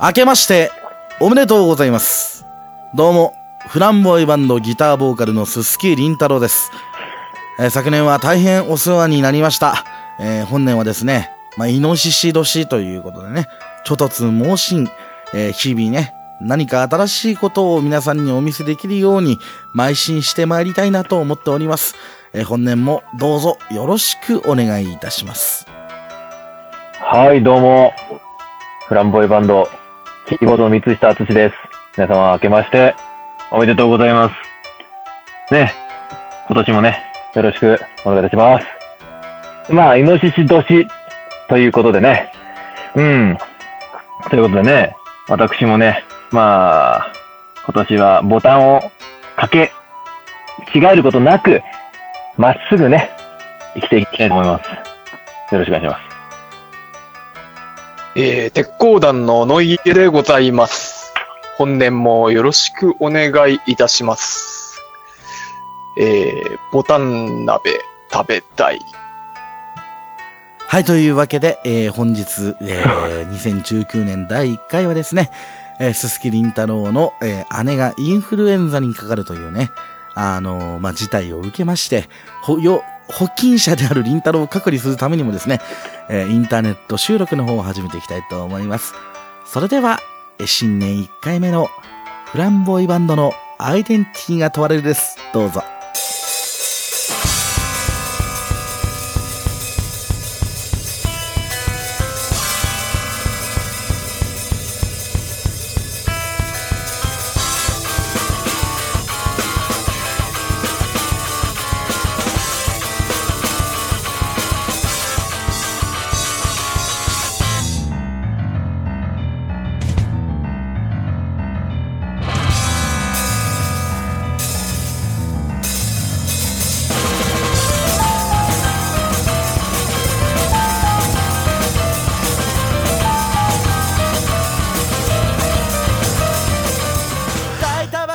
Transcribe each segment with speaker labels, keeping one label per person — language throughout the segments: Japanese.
Speaker 1: 明けまして、おめでとうございます。どうも、フランボイバンドギターボーカルのす木りんた太郎です。えー昨年は大変お世話になりました。えー本年はですね、まあ、イノシシ年ということでね、ちょとつ猛進、えー日々ね、何か新しいことを皆さんにお見せできるように、邁進してまいりたいなと思っております。えー本年もどうぞよろしくお願いいたします。
Speaker 2: はい、どうも。フランボイバンド、キーボードの三下敦です。皆様、明けまして、おめでとうございます。ね、今年もね、よろしくお願いいたします。まあ、イノシシ年ということでね、うん。ということでね、私もね、まあ、今年はボタンをかけ、違えることなく、まっすぐね、生きていきたいと思います。よろしくお願いします。
Speaker 3: えー鉄鋼団のノイエでございます。本年もよろしくお願いいたします。えー、ボタン鍋食べたい。
Speaker 1: はい、というわけで、えー本日、え ー2019年第1回はですね、えー、すすきりんたろうの、えー姉がインフルエンザにかかるというね、あのーまあ、事態を受けまして、ほ、よ、保菌者であるりんたろうを隔離するためにもですね、えーインターネット収録の方を始めていきたいと思います。それでは、えー新年1回目のフランボーイバンドのアイデンティティが問われるです。どうぞ。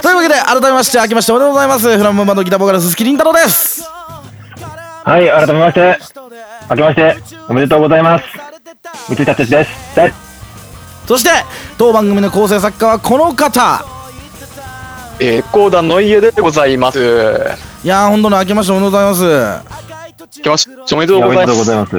Speaker 1: というわけで、改めまして、明けましておめでとうございます。フランボーイバンドギターボーカルすすきりんたろうです。
Speaker 2: はい、改めまして、明けまして、おめでとうございます。三井達です。で
Speaker 1: そして当番組の構成作家はこの方
Speaker 3: えー、鉄鋼団ノイエでございます。
Speaker 1: いやー本当に明けましておめでとうございま
Speaker 3: 来ました。おめでとう
Speaker 2: お
Speaker 3: ご
Speaker 2: め
Speaker 3: ざ
Speaker 2: で
Speaker 3: い
Speaker 2: とうご
Speaker 3: ます。
Speaker 2: ざいます。
Speaker 1: す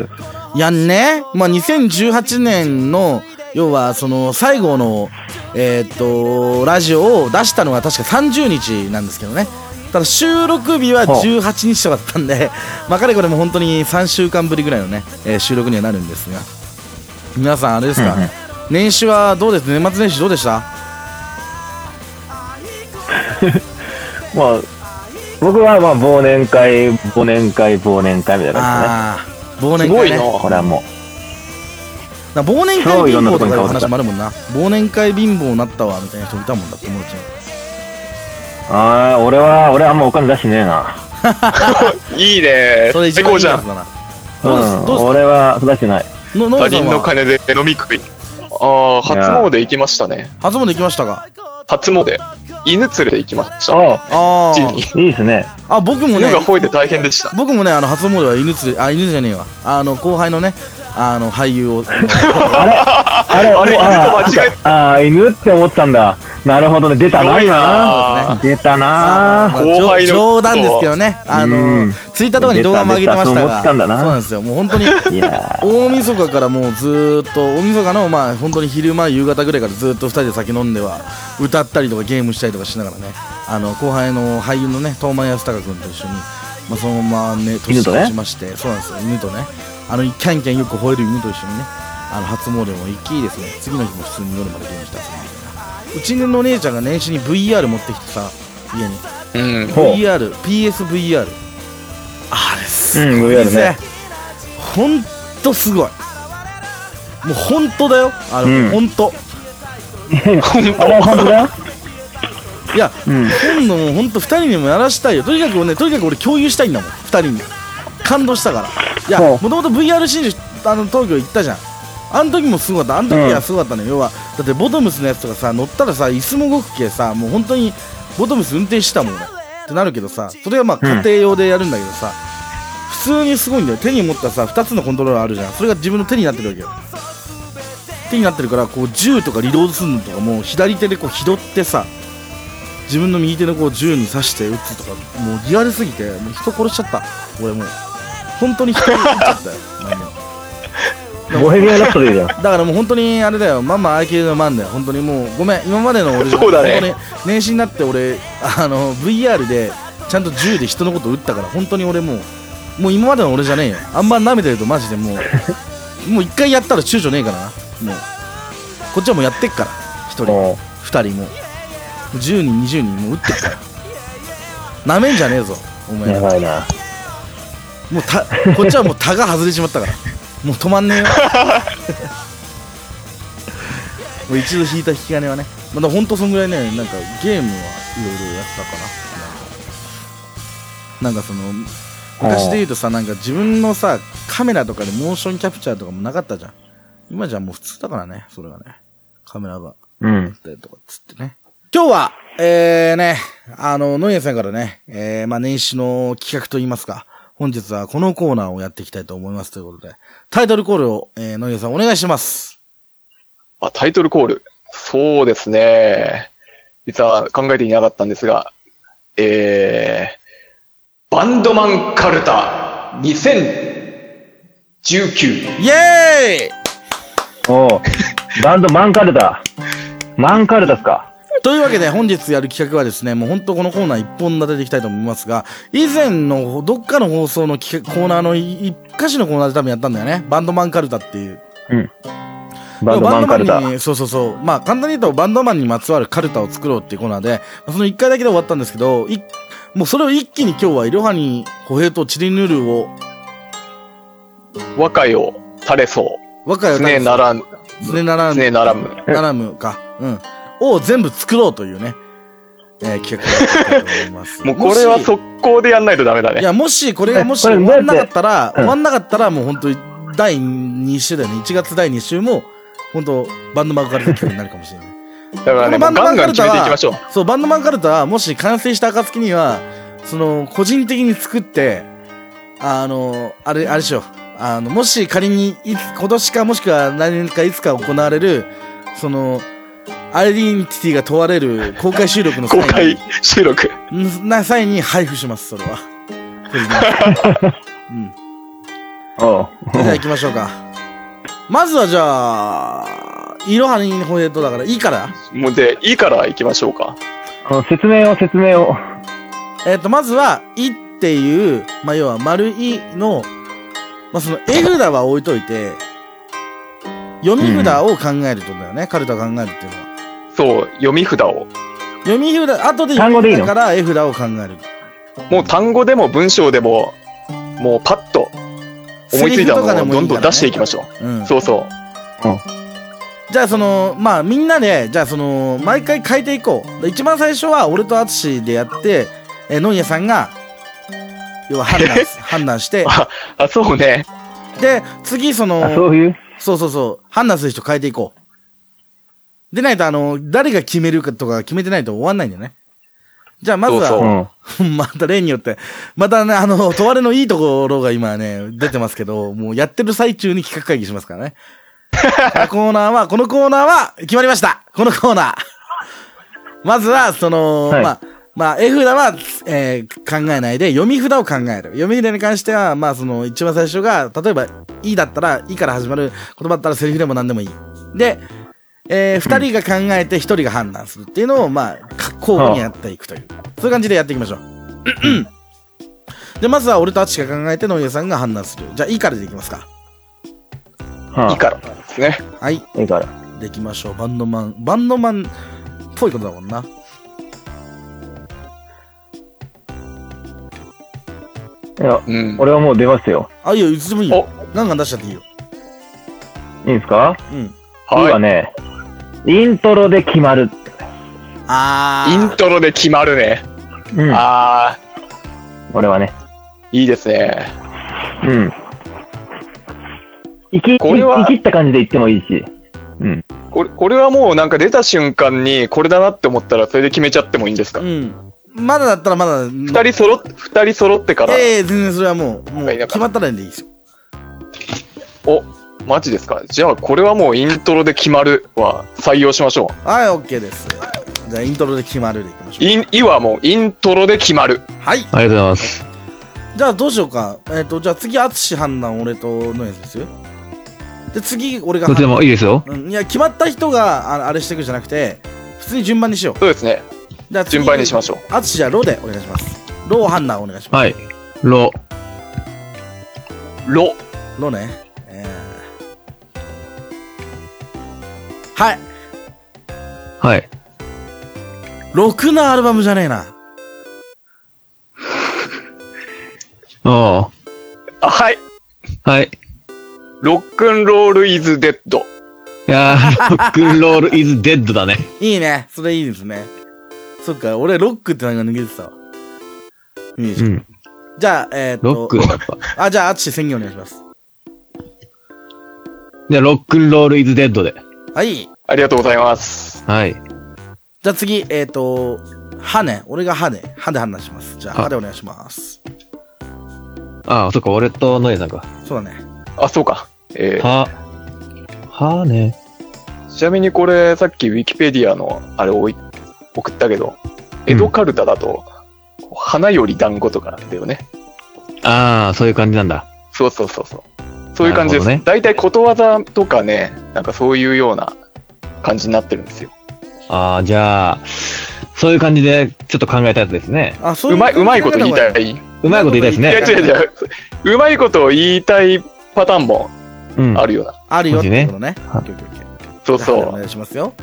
Speaker 1: いやねまあ2018年の要はその最後のえーっとラジオを出したのが確か30日なんですけどねただ収録日は
Speaker 2: ほう
Speaker 1: 18日とかだったんで、まあ、かれこれも本当に3週間ぶりぐらいのね、えー収録にはなるんですが皆さんあれですか、
Speaker 2: うんうん
Speaker 1: 年始はどうです年末年始どうでした
Speaker 2: まあ、僕はまあ忘年会、忘年会、忘年会みたいな感
Speaker 1: ああ忘年
Speaker 3: すご
Speaker 1: 会
Speaker 3: い
Speaker 1: ね
Speaker 3: な。
Speaker 2: じですね。これはも
Speaker 1: な忘年会貧乏とかいう話もあるもんな忘年会貧乏になったわみたいな人いたもんだって思うち
Speaker 2: う。ああ、俺は、俺はあんまお金出してねえな。
Speaker 3: いいね。
Speaker 1: それ一
Speaker 3: 最
Speaker 1: 番い
Speaker 3: 高
Speaker 1: い
Speaker 3: じゃ
Speaker 1: やつ
Speaker 3: ん。
Speaker 1: だな
Speaker 2: う
Speaker 1: どうです
Speaker 2: ん、
Speaker 1: どう
Speaker 2: 俺は出してない。
Speaker 1: ですのの
Speaker 3: 他
Speaker 1: りさん
Speaker 3: 人の
Speaker 1: は
Speaker 3: 金で飲み食い。ああ、初詣行きましたね。
Speaker 1: 初詣行きましたか
Speaker 3: 初詣。犬連れて行きました。
Speaker 2: あ
Speaker 1: あ
Speaker 3: 地
Speaker 1: ー
Speaker 3: に
Speaker 2: あ、いいですね。
Speaker 1: あ僕も
Speaker 3: 犬
Speaker 1: ね
Speaker 3: が吠えて大変でした。
Speaker 1: 僕もねあの初詣は犬連れあ犬じゃねえわあの後輩のねあの俳優を
Speaker 2: あれ、
Speaker 3: あれ
Speaker 2: もう
Speaker 3: 犬と間違え
Speaker 2: あああ、犬って思ったんだ。なるほどね、出たな、
Speaker 3: すごいな
Speaker 2: 今。出た
Speaker 1: あ
Speaker 2: な。
Speaker 1: のまあ
Speaker 3: 後輩の
Speaker 1: 冗談ですけどねあ
Speaker 2: う
Speaker 1: の
Speaker 2: ん
Speaker 1: ツイッターとかに動画も上げてました
Speaker 2: 出た出たそう思
Speaker 1: が
Speaker 2: ってたんだな
Speaker 1: そうなんですよもう本当に
Speaker 2: いや
Speaker 1: 大晦日からもうずーっと大晦日のまあ本当に昼間夕方ぐらいからずーっと2人で酒飲んでは歌ったりとかゲームしたりとかしながらねあの後輩の俳優のね東間康隆君と一緒に、まあ、そのままね年
Speaker 2: 犬とね
Speaker 1: 越しまして、そうなんですよ犬とねあのキャンキャンよく吠える犬と一緒にねあの初詣も行きですね次の日も普通に夜までゲームしたりするみたいなうちの姉ちゃんが年始に VR 持ってきてさ家に
Speaker 3: うん。
Speaker 2: ほう
Speaker 1: VRPSVR あれす
Speaker 2: うん
Speaker 1: ごいで
Speaker 2: VR
Speaker 1: すね
Speaker 2: ね
Speaker 1: ほんとすごいもうほんとだよあれ、
Speaker 2: うん
Speaker 1: ほんと
Speaker 2: ーあれは 本当だよ。
Speaker 1: いや、
Speaker 2: うん
Speaker 1: 今度もうほんと2人にもやらしたいよとにかくねとにかく俺共有したいんだもん2人に感動したからいや
Speaker 2: ほ
Speaker 1: も
Speaker 2: う
Speaker 1: ともと VR 真珠あの東京行ったじゃんあの時もすごかったあの時
Speaker 2: うん
Speaker 1: はすごかったの、よ要はだってボトムスのやつとかさ乗ったらさ椅子も動くけさもう本当にボトムス運転してたもん俺ってなるけどさそれはまあ
Speaker 2: うん
Speaker 1: 家庭用でやるんだけどさ、普通にすごいんだよ手に持ったさ2つのコントローラーあるじゃんそれが自分の手になってるわけよっ手になってるからこう銃とかリロードするのとかも左手でこう拾ってさ自分の右手のこう銃に刺して撃つとかもうリアルすぎてもう人殺しちゃった俺もう本当に人殺しちゃったよ あの
Speaker 4: ボヘミアン・ラプソディじゃん。
Speaker 1: だからもう本当にあれだよ、ママ IQ のマンだよ、本当にもう、ごめん、今までの俺じゃ
Speaker 3: そうだね
Speaker 1: 本当に年始になって俺、あの VR でちゃんと銃で人のこと撃ったから、本当に俺もう、もう今までの俺じゃねえよ、あんま舐めてるとマジでもう、 もう一回やったら躊躇ねえからな、もう、こっちはもうやってっから、一人、
Speaker 4: も
Speaker 1: 二人も、10人、20人、もう撃ってっから、舐めんじゃねえぞ、お
Speaker 4: う、
Speaker 1: 前
Speaker 4: や
Speaker 1: ら
Speaker 4: ばいな。
Speaker 1: もうた、 こっちはもうタが外れちまったから。もう止まんねえよ。もう一度引いた引き金はね。まあだ本当そんぐらいね、なんかゲームはいろいろやったかな。なんかその、昔で言うとさ、なんか自分のさ、カメラとかでモーションキャプチャーとかもなかったじゃん。今じゃもう普通だからね、それがね。カメラが
Speaker 4: う
Speaker 1: やっ
Speaker 4: ん。
Speaker 1: たりとかっつってね。今日は、えーね、あの、ノイエさんからね、えー、まあ、年始の企画といいますか、本日はこのコーナーをやっていきたいと思いますということで、タイトルコールを、えー、ノイエさんお願いします。
Speaker 3: あ、タイトルコール。そうですね。実は考えていなかったんですが、えー、バンドマンカルタ2019。
Speaker 1: イエーイ
Speaker 4: おう、バンドマンカルタ。マンカルタっすか。
Speaker 1: というわけで本日やる企画はですね、もう本当このコーナー一本立てていきたいと思いますが、以前のどっかの放送の企画コーナーの一箇所のコーナーで多分やったんだよね。バンドマンカルタっていう。
Speaker 4: バンドマンカルタ。
Speaker 1: に、そうそうそう。まあ、簡単に言うと、バンドマンにまつわるカルタを作ろうっていうコーナーで、まあその1回だけで終わったんですけど、いもうそれを一気に今日は、イロハニ歩兵とチリヌルを、
Speaker 3: 和解を垂れそ
Speaker 1: 若
Speaker 3: う。
Speaker 1: い
Speaker 3: 常ならぬ。
Speaker 1: 常なら
Speaker 3: 常
Speaker 1: む、
Speaker 3: ならむ。。
Speaker 1: ならむか。うん。を全部作ろうというね、えー企画だったと思います
Speaker 3: もうこれ
Speaker 1: も
Speaker 3: は
Speaker 1: し
Speaker 3: 速攻でやんないとダメだ
Speaker 1: い
Speaker 3: ね。
Speaker 1: や、もし、これがもし
Speaker 4: これ
Speaker 1: 終
Speaker 4: どう
Speaker 1: わ
Speaker 4: やって
Speaker 1: んなかったら、
Speaker 4: うん
Speaker 1: 終わんなかったら、もう本当に、第2週だよね。1月第2週も、本当バンドマンカルタ企画になるかもしれない。
Speaker 3: だからね、
Speaker 1: このバン
Speaker 3: もうガン
Speaker 1: ドマ
Speaker 3: ガ
Speaker 1: ン
Speaker 3: ン
Speaker 1: カ
Speaker 3: 決
Speaker 1: ル
Speaker 3: め
Speaker 1: タ
Speaker 3: て
Speaker 1: はい
Speaker 3: きましょう。
Speaker 1: そう、バンドマンカルタは、もし完成した暁には、その、個人的に作って、あの、あれ、あれしよう。あの、もし仮に、いつ、今年かもしくは来年かいつか行われる、その、アイデンティティが問われる公開収録の
Speaker 3: 公
Speaker 1: 際に
Speaker 3: 開収録。
Speaker 1: んな際に配布します、それは。個人的にうん。
Speaker 4: おう。
Speaker 1: じゃあ行きましょうか。まずはじゃあ、いろはにほえとだから、いいから。
Speaker 3: もうで、いいから行きましょうか。
Speaker 4: うん説明を説明を。
Speaker 1: えっ、と、まずは、いっていう、まあ、要は、丸いの、まあ、その、絵札は置いといて、読み札を考えるってことだよね。カルタを考えるっていうのは。
Speaker 3: そう、読み札を。
Speaker 1: 読み札、後で
Speaker 4: 単語
Speaker 1: 読
Speaker 4: でい
Speaker 1: み札
Speaker 4: いの
Speaker 1: から絵札を考える。
Speaker 3: もう単語でも文章でも、もうパッと思いついたものをどんどん出していきましょ
Speaker 1: う。うん
Speaker 3: う。。そうそう。
Speaker 1: じゃあ、その、まあ、みんなで、じゃあ、その、毎回変えていこう。一番最初は、俺とアツシでやって、えー、ノンヤさんが、要は判 断す、判断して、
Speaker 3: あ、そうね。
Speaker 1: で、次、その、
Speaker 4: あ、そういう。
Speaker 1: そうそうそう。判断する人変えていこう。でないと、あの、誰が決めるかとか決めてないと終わんないんだよね。じゃあ、まずは、
Speaker 3: そうう ん
Speaker 1: また例によって、またね、あの、問われのいいところが今ね、出てますけど、もうやってる最中に企画会議しますからね。コーナーは、このコーナーは決まりましたこのコーナーまずは、その、
Speaker 4: はい
Speaker 1: まあ、まあ、絵札は、えー考えないで、読み札を考える。読み札に関しては、まあ、その、一番最初が、例えば、いいだったら、いいから始まる言葉だったらセリフでも何でもいい。で、えー二人が考えて一人が判断するっていうのを、まあ、か交互にやっていくという。そういう感じでやっていきましょう。で、まずは俺とアチが考えて、野家さんが判断する。じゃあ、いいからでいきますか。
Speaker 4: はい
Speaker 3: いからですね。
Speaker 1: はい、
Speaker 4: いいから。
Speaker 1: できましょう。バンドマン、バンドマンっぽいことだもんな。
Speaker 4: いや、
Speaker 3: うん。
Speaker 4: 俺はもう出ますよ。
Speaker 1: あ、いいよ、いつでもいいよ
Speaker 3: お。
Speaker 1: ガンガン出しちゃっていいよ。
Speaker 4: いいんすか
Speaker 1: うん。
Speaker 4: いは
Speaker 3: は
Speaker 4: ね、イントロで決まる。
Speaker 1: あ
Speaker 3: い。イ
Speaker 1: ー。
Speaker 3: ントロで決まるね。
Speaker 4: うん。
Speaker 3: ああ、
Speaker 4: 俺はね。
Speaker 3: いいですね。
Speaker 4: うん。生き、
Speaker 3: これは
Speaker 4: 生きった感じで言ってもいいし。うん。
Speaker 3: これ、これはもうなんか出た瞬間に、これだなって思ったら、それで決めちゃってもいいんですか
Speaker 1: うん。まだだったらまだ。二
Speaker 3: 二人揃っ、二人揃ってから、
Speaker 1: ええ全然それはもう、もう
Speaker 3: はいだから
Speaker 1: 決まったらでいいですよ。
Speaker 3: お、マジですかじゃあこれはもうイントロで決まるは採用しましょ
Speaker 1: はい、OK です。じゃあ、イントロで決まるでいきまし
Speaker 3: う。
Speaker 1: ょ
Speaker 3: イン、イはもうイントロで決まる。
Speaker 1: う。はい。
Speaker 2: ありがとうございます。
Speaker 1: じゃあ、どうしようか。えっ、と、じゃあ次、淳判断、俺とのやつですよ。で、次、俺が
Speaker 2: ど
Speaker 1: 判
Speaker 2: っちで
Speaker 1: 断。
Speaker 2: もいいですよ。
Speaker 1: うん、いや、決まった人がああれしていくじゃなくて、普通に順番にしよ
Speaker 3: そうですね。
Speaker 1: う。じゃあ
Speaker 3: 順番にしまし
Speaker 1: ょ
Speaker 3: ょう。
Speaker 1: う。淳じゃあ、ロでお願いします。ロー判断お願いします。
Speaker 2: はい。ロ、
Speaker 3: ロ。
Speaker 1: ロね。えー、はい。
Speaker 2: はい。
Speaker 1: ろくなアルバムじゃねえな。
Speaker 2: あ
Speaker 3: あ、はい。
Speaker 2: あ。はい。
Speaker 3: ロックンロールイズデッド。
Speaker 2: いやー、ロックンロールイズデッドだね。
Speaker 1: いいね。それいいですね。そっか、俺ロックってなんか抜けてたわ。いいじ
Speaker 2: う
Speaker 1: ゃん
Speaker 2: ん。
Speaker 1: じゃあ、えー、っと。
Speaker 2: ロックだった。
Speaker 1: あ、じゃあ、あつし宣言お願いします。
Speaker 2: じゃあ、ロックンロールイズデッドで。
Speaker 1: はい。じ
Speaker 3: ありがとうございます。
Speaker 2: はい。
Speaker 1: ゃあ次、えー、っと、歯ね。俺が歯ね。歯で判断します。じゃあ、
Speaker 2: は
Speaker 1: 歯でお願いします。
Speaker 2: ああ、そっか、俺とノエさんか。
Speaker 1: そうだね。
Speaker 3: あ、そうか。えー
Speaker 2: は、はーね。
Speaker 3: ちなみにこれ、さっきウィキペディアのあれをい送ったけど、エドカルタだと、花より団子とかなんだよね。
Speaker 2: ああ、そういう感じなんだ。
Speaker 3: そうそうそうそう。そういう感じです。
Speaker 2: なるほどね
Speaker 3: 大体ことわざとかね、なんかそういうような感じになってるんですよ。
Speaker 2: ああ、じゃあ、そういう感じで、ちょっと考えたやつですね。
Speaker 1: あ、そう
Speaker 3: うまい、うまいこと言いた
Speaker 1: い。
Speaker 3: い。いう
Speaker 2: まいこと言いたいです
Speaker 1: うま
Speaker 3: や
Speaker 1: い
Speaker 2: ね
Speaker 1: こ。
Speaker 3: 違う違う。うまいことを言いたいパターンも
Speaker 2: うん。
Speaker 3: あるような。
Speaker 1: あるよっていうことね。オ
Speaker 2: マ
Speaker 1: ッケーオッケーオッケー
Speaker 3: そう
Speaker 1: じゃあ
Speaker 3: そ
Speaker 1: 歯でお
Speaker 3: う。
Speaker 1: 願いしますよ。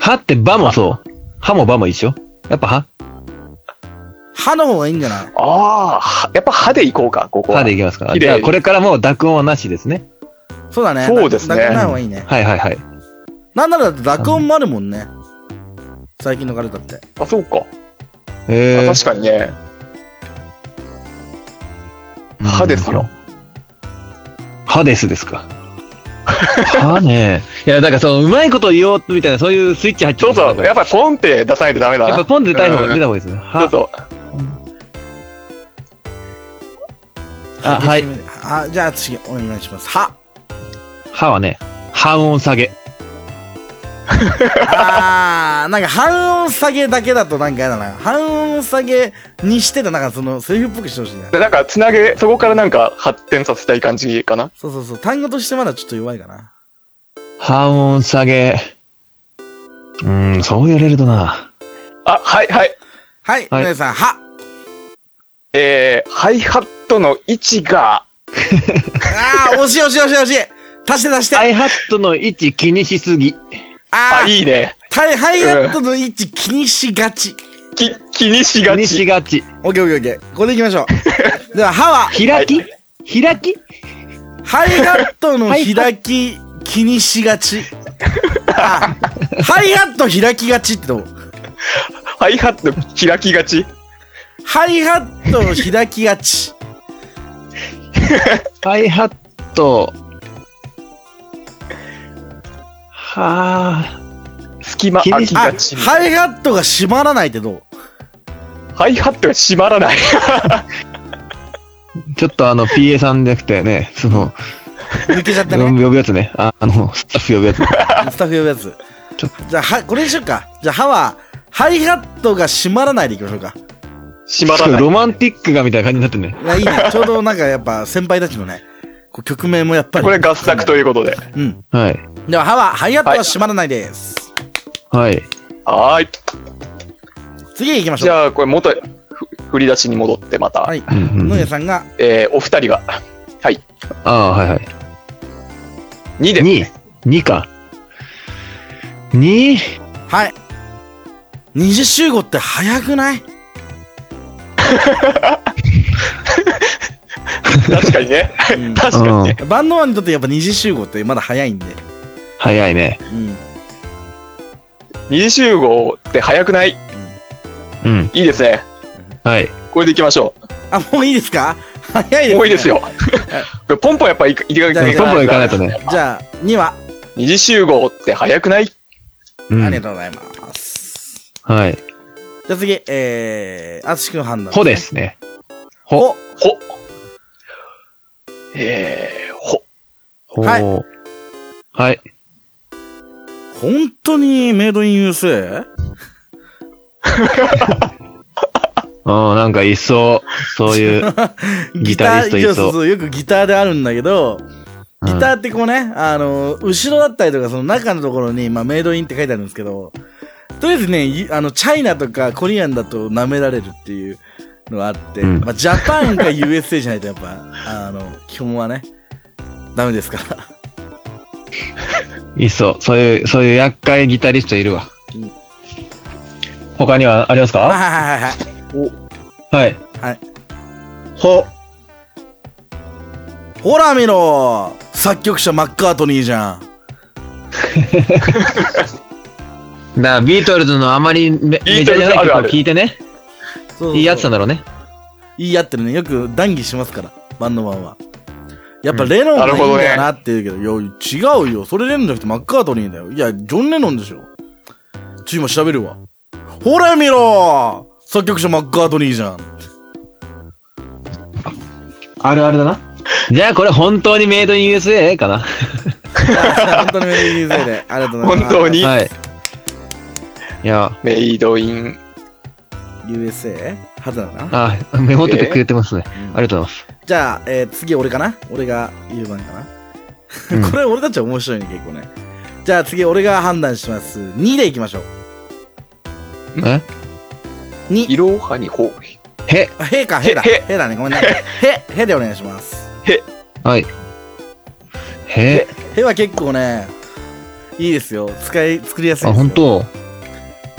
Speaker 2: はってばもそう。はもばも一緒。やっぱは
Speaker 1: 歯の方がいいんじゃない
Speaker 3: ああ、はやっぱ歯でいこうか、ここは。
Speaker 2: はでいきますか
Speaker 3: 綺
Speaker 2: ら。
Speaker 3: 麗
Speaker 2: じゃあ、これからもう濁音はなしですね。
Speaker 1: そうだね。
Speaker 3: そうですね
Speaker 1: ななくない方がいいね。
Speaker 2: はいはいはい。
Speaker 1: なんならだって濁音もあるもんね。最近のカルタって。
Speaker 3: あ、そうか。あ
Speaker 2: えー、
Speaker 3: 確かにね。
Speaker 2: うん
Speaker 3: 歯ですよ。
Speaker 2: 歯ですですか。歯ね。 いや、だからその、うまいこと言おうみたいな、そういうスイッチ入っちゃ
Speaker 3: そううそう。やっ
Speaker 2: やっ
Speaker 3: ぱポンって出さないとダメだ
Speaker 2: ぱ
Speaker 3: な。
Speaker 2: ポンで出た方
Speaker 3: うん
Speaker 2: が出た方がいいですね。
Speaker 3: そう
Speaker 2: 歯。
Speaker 3: そう。
Speaker 2: あはい。
Speaker 1: あ、じゃあ、次、お願いします。は。
Speaker 2: 歯はね、半音下げ。
Speaker 1: あー、なんか半音下げだけだとなんかやだな。半音下げにしてた、なんかその、セリフっぽくしてほしいな。
Speaker 3: でなんか、つなげ、そこからなんか発展させたい感じかな。
Speaker 1: そうそうそう。単語としてまだちょっと弱いかな。
Speaker 2: 半音下げ。うーん、そう言われるとな。
Speaker 3: あ、はい、はい。
Speaker 1: はい、
Speaker 2: はい
Speaker 1: 皆さん、は。
Speaker 3: えー、ハイハットの位置が、
Speaker 1: あー、惜しい惜しい惜しい惜しい。足して足して。
Speaker 2: アイハットの位置気にしすぎ。
Speaker 1: あ
Speaker 3: あ、
Speaker 1: ー、
Speaker 3: いいね。
Speaker 1: タイハイアットの位置気にしがち。
Speaker 3: き、気にし
Speaker 2: 気
Speaker 3: が
Speaker 2: にし
Speaker 3: ち。
Speaker 2: がち。
Speaker 1: オッケーオッケーオッケー。これで行きましょ う。では、はは、
Speaker 2: 開き開き
Speaker 1: ハイハットの開き、気にしがち。あ、ハイハット開きがちってどう
Speaker 3: ハイハット開きがち。
Speaker 1: ハイハットを開きがち。
Speaker 2: ハイハット。はあ。
Speaker 3: 隙間
Speaker 2: 気
Speaker 3: 開
Speaker 2: にし
Speaker 3: き
Speaker 1: あ
Speaker 3: が、ち。
Speaker 1: ハイハットが閉まらないってどう
Speaker 3: ハイハットが閉まらない。
Speaker 2: ちょっとあの、PA さんじゃなくてね、その、
Speaker 1: 抜けちゃったね。
Speaker 2: 呼ぶやつね。ああの、スタッフ呼ぶやつ。
Speaker 1: スタッフ呼ぶやつ
Speaker 2: ちょっ。
Speaker 1: じゃあ、は、これにしようか。じゃあ、歯は、ハイハットが閉まらないでいきましょうか。
Speaker 3: 閉まらない。
Speaker 2: ロマンティックがみたいな感じになってるね。
Speaker 1: いや、いいね。ちょうどなんかやっぱ先輩たちのね、こう曲名もやっぱり。
Speaker 3: これ合作ということで。
Speaker 1: うん。
Speaker 2: はい。
Speaker 1: では、歯は、ハイハットが閉まらないです。
Speaker 2: はい。
Speaker 3: はーい。
Speaker 1: 次行きまし
Speaker 3: じ
Speaker 1: ょう。
Speaker 3: ゃあ、これ元へ、ふ振り出しに戻ってまた。
Speaker 1: はい。
Speaker 2: うんうん
Speaker 1: 野家さんが、
Speaker 3: えー、お二人が。はい。
Speaker 2: ああ、はいはい。
Speaker 3: 2で。
Speaker 2: 2、2か。2?
Speaker 1: はい。二次集合って早くない
Speaker 3: 確かにね。
Speaker 1: うん
Speaker 3: 確かにね。
Speaker 1: バンドマンにとってやっぱ二次集合ってまだ早いんで。
Speaker 2: 早いね。
Speaker 1: うん。
Speaker 3: 二次集合って早くないい
Speaker 2: うん。
Speaker 3: いですね。
Speaker 2: はい。
Speaker 3: これでいきましょ
Speaker 1: あ、もういいですか早いです、
Speaker 3: う。
Speaker 1: ね。
Speaker 3: もういいですよ。これ ポンポンやっぱいいか
Speaker 1: じゃあ
Speaker 3: な
Speaker 2: ト
Speaker 3: い
Speaker 2: ン
Speaker 1: じゃあ
Speaker 2: ボ行かないとね。
Speaker 1: じゃあ、2話、
Speaker 3: 二次集合って早くない
Speaker 2: うん
Speaker 1: ありがとうございます。
Speaker 2: はい。
Speaker 1: じゃあ次、えー、あつしくんの判断。
Speaker 2: ほで。すね。ほ。
Speaker 1: ほ。
Speaker 3: ほ。えー、ほ。
Speaker 1: はい
Speaker 2: ほう。はい。
Speaker 1: 本当にメイドイン USA?
Speaker 2: うん、なんかいっそう、そ ういう、ギタリストいそう
Speaker 1: そうそう、よくギターであるんだけど、ギ
Speaker 2: うん
Speaker 1: ターってこうね、あの、後ろだったりとか、その中のところに、まあ、メイドインって書いてあるんですけど、とりあえずね、いあの、チャイナとかコリアンだと舐められるっていうのがあって、
Speaker 2: うん
Speaker 1: まあ、ジャパンか USA じゃないとやっぱ、あの、基本はね、ダメですから。
Speaker 2: いっそう、そういう、そういう厄介ギタリストいるわ。他にはあります
Speaker 1: はい
Speaker 2: か
Speaker 1: はいはいはい。
Speaker 2: はい。
Speaker 3: ほ、
Speaker 1: ほら見ろ作曲者マッカートニーじゃん。
Speaker 2: だからビートルズのあまりメ
Speaker 3: ビ
Speaker 2: メ
Speaker 3: ー
Speaker 2: ジ
Speaker 3: ト
Speaker 2: ャーじ
Speaker 3: ルズ
Speaker 2: ゃない
Speaker 3: ある
Speaker 2: 曲
Speaker 3: あ
Speaker 2: を
Speaker 3: る
Speaker 2: 聴いてね、
Speaker 1: そうそうそう
Speaker 2: いいやつなんだろうね。
Speaker 1: 言い合ってるね。よく談義しますから、バンドマンは。やっぱレノン
Speaker 3: な
Speaker 1: がい
Speaker 3: る
Speaker 1: いん
Speaker 3: ほどね
Speaker 1: だよなって言うけど、いや、違うよ。それレノンじゃなくてマッカートニーだよ。いや、ジョン・レノンでしょ。ちょ、今調べるわ。ほら見ろ作曲者マッカートニーじゃん。
Speaker 2: あるあるだな。じゃあこれ本当にメイドイン USA かな。
Speaker 1: 本当にメリーゼで。ありがとうござい
Speaker 3: 本
Speaker 1: ます。
Speaker 3: 当に
Speaker 2: はい。いや、
Speaker 3: メイドイン。
Speaker 1: USA? はずだな。
Speaker 2: あ、メモっててくれてますね。
Speaker 1: うん
Speaker 2: ありがとうございます。
Speaker 1: じゃあ、えー次俺かな俺が言う番かな、
Speaker 2: うん
Speaker 1: これ俺たちは面白いね、結構ね。じゃあ次俺が判断します。2でいきましょう。
Speaker 2: え
Speaker 3: いろはにほ。
Speaker 2: へ、
Speaker 1: あ、へか、へだ。
Speaker 3: へ
Speaker 1: へだね、ごめんなさい。へ、へでお願いします。
Speaker 2: はい。へ、
Speaker 1: へは結構ね、いいですよ。使い、作りやすい
Speaker 2: あ、
Speaker 1: ですよ。
Speaker 2: 本当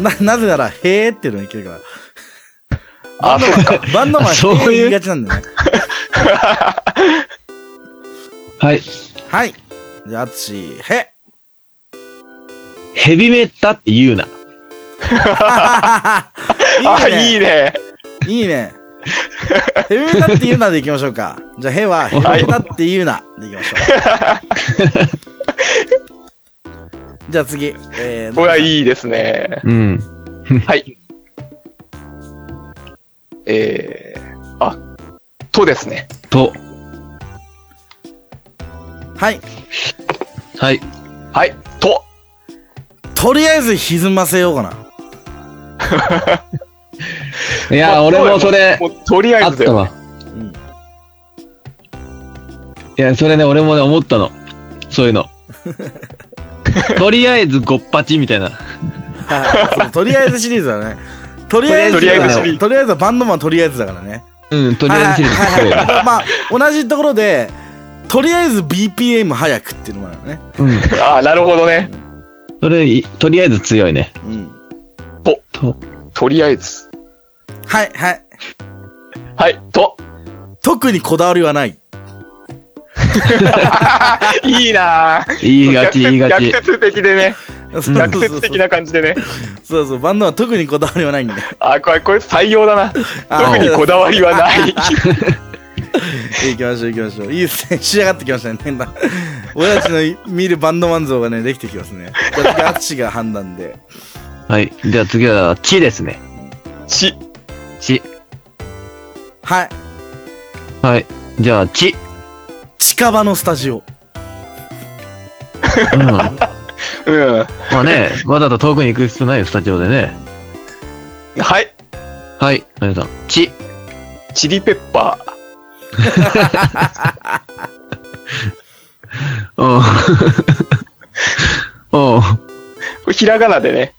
Speaker 1: な、なぜなら、へーっていうのがいけるから。
Speaker 3: あ、そっか。
Speaker 1: バンドマン、へ
Speaker 2: そういう
Speaker 1: ー言いがちなんだよね。
Speaker 2: はい。
Speaker 1: はい。じゃあ、あつし、へ。
Speaker 2: ヘビメタって言うな。
Speaker 1: あ
Speaker 3: あ、いいね。
Speaker 1: いいね。ヘビメタっていうなでいきましょうか。じゃあ、へは、ヘビメタっていうなでいきましょ う。じゃあ次。えー、
Speaker 3: これはいいですね。
Speaker 2: うん。
Speaker 3: はい。えー、あ、とですね。
Speaker 2: と。
Speaker 1: はい。
Speaker 2: はい。
Speaker 3: はい、と。
Speaker 1: とりあえず歪ませようかな。
Speaker 2: いや、俺もそれ、
Speaker 3: もうとりあ
Speaker 2: あ
Speaker 3: え
Speaker 2: っ
Speaker 3: ずだ
Speaker 2: た
Speaker 3: よ。
Speaker 2: わ。
Speaker 1: うん。
Speaker 2: いや、それね、俺もね、思ったの。そういうの。とりあえず、ごっぱちみたいな。
Speaker 1: はいそうとりあえずシリーズだね。とりあえず、
Speaker 2: とりあえずシ
Speaker 3: リーズ
Speaker 1: とりあえずはバンドマンとりあえずだからね。
Speaker 2: うん、と
Speaker 1: と
Speaker 2: りあえずシリーズそうよ。
Speaker 1: まあ、同じところで、とりあえず BPM 早くっていうのもあるよね。
Speaker 2: うん。
Speaker 3: あ、なるほどね。
Speaker 2: それ、いとりあえず強いね。
Speaker 1: うん。
Speaker 2: と、
Speaker 3: とりあえず。
Speaker 1: はい、はい。
Speaker 3: はい、と。
Speaker 1: 特にこだわりはない。
Speaker 3: いい なぁ。
Speaker 2: 言いがち、言いがち
Speaker 3: 逆。説的でね。
Speaker 1: そうそう
Speaker 3: 逆
Speaker 1: そう
Speaker 3: 説的な感じでね。
Speaker 1: そうそう、バンドマンは特にこだわりはないんで。
Speaker 3: あ、これ、これ採用だな。
Speaker 1: あ
Speaker 3: 特にこだわりはない。
Speaker 1: 行きましょう、行きましょう。いいですね。仕上がってきましたね。なんだ 俺たちの見るバンドマン像がね、できてきますね。これがアチが判断で。
Speaker 2: はい。じゃあ次は、ちですね。
Speaker 3: ち、
Speaker 2: ち。
Speaker 1: はい。
Speaker 2: はい。じゃあ、ち。
Speaker 1: 近場のスタジオ。
Speaker 2: うん。ま
Speaker 3: うん。
Speaker 2: あ ね、わざと遠くに行く必要ないよ、スタジオでね。
Speaker 3: はい、
Speaker 2: はい。皆さん。ち。
Speaker 3: チリペッパー。
Speaker 2: うん。おう。
Speaker 3: これ、ひらがなでね。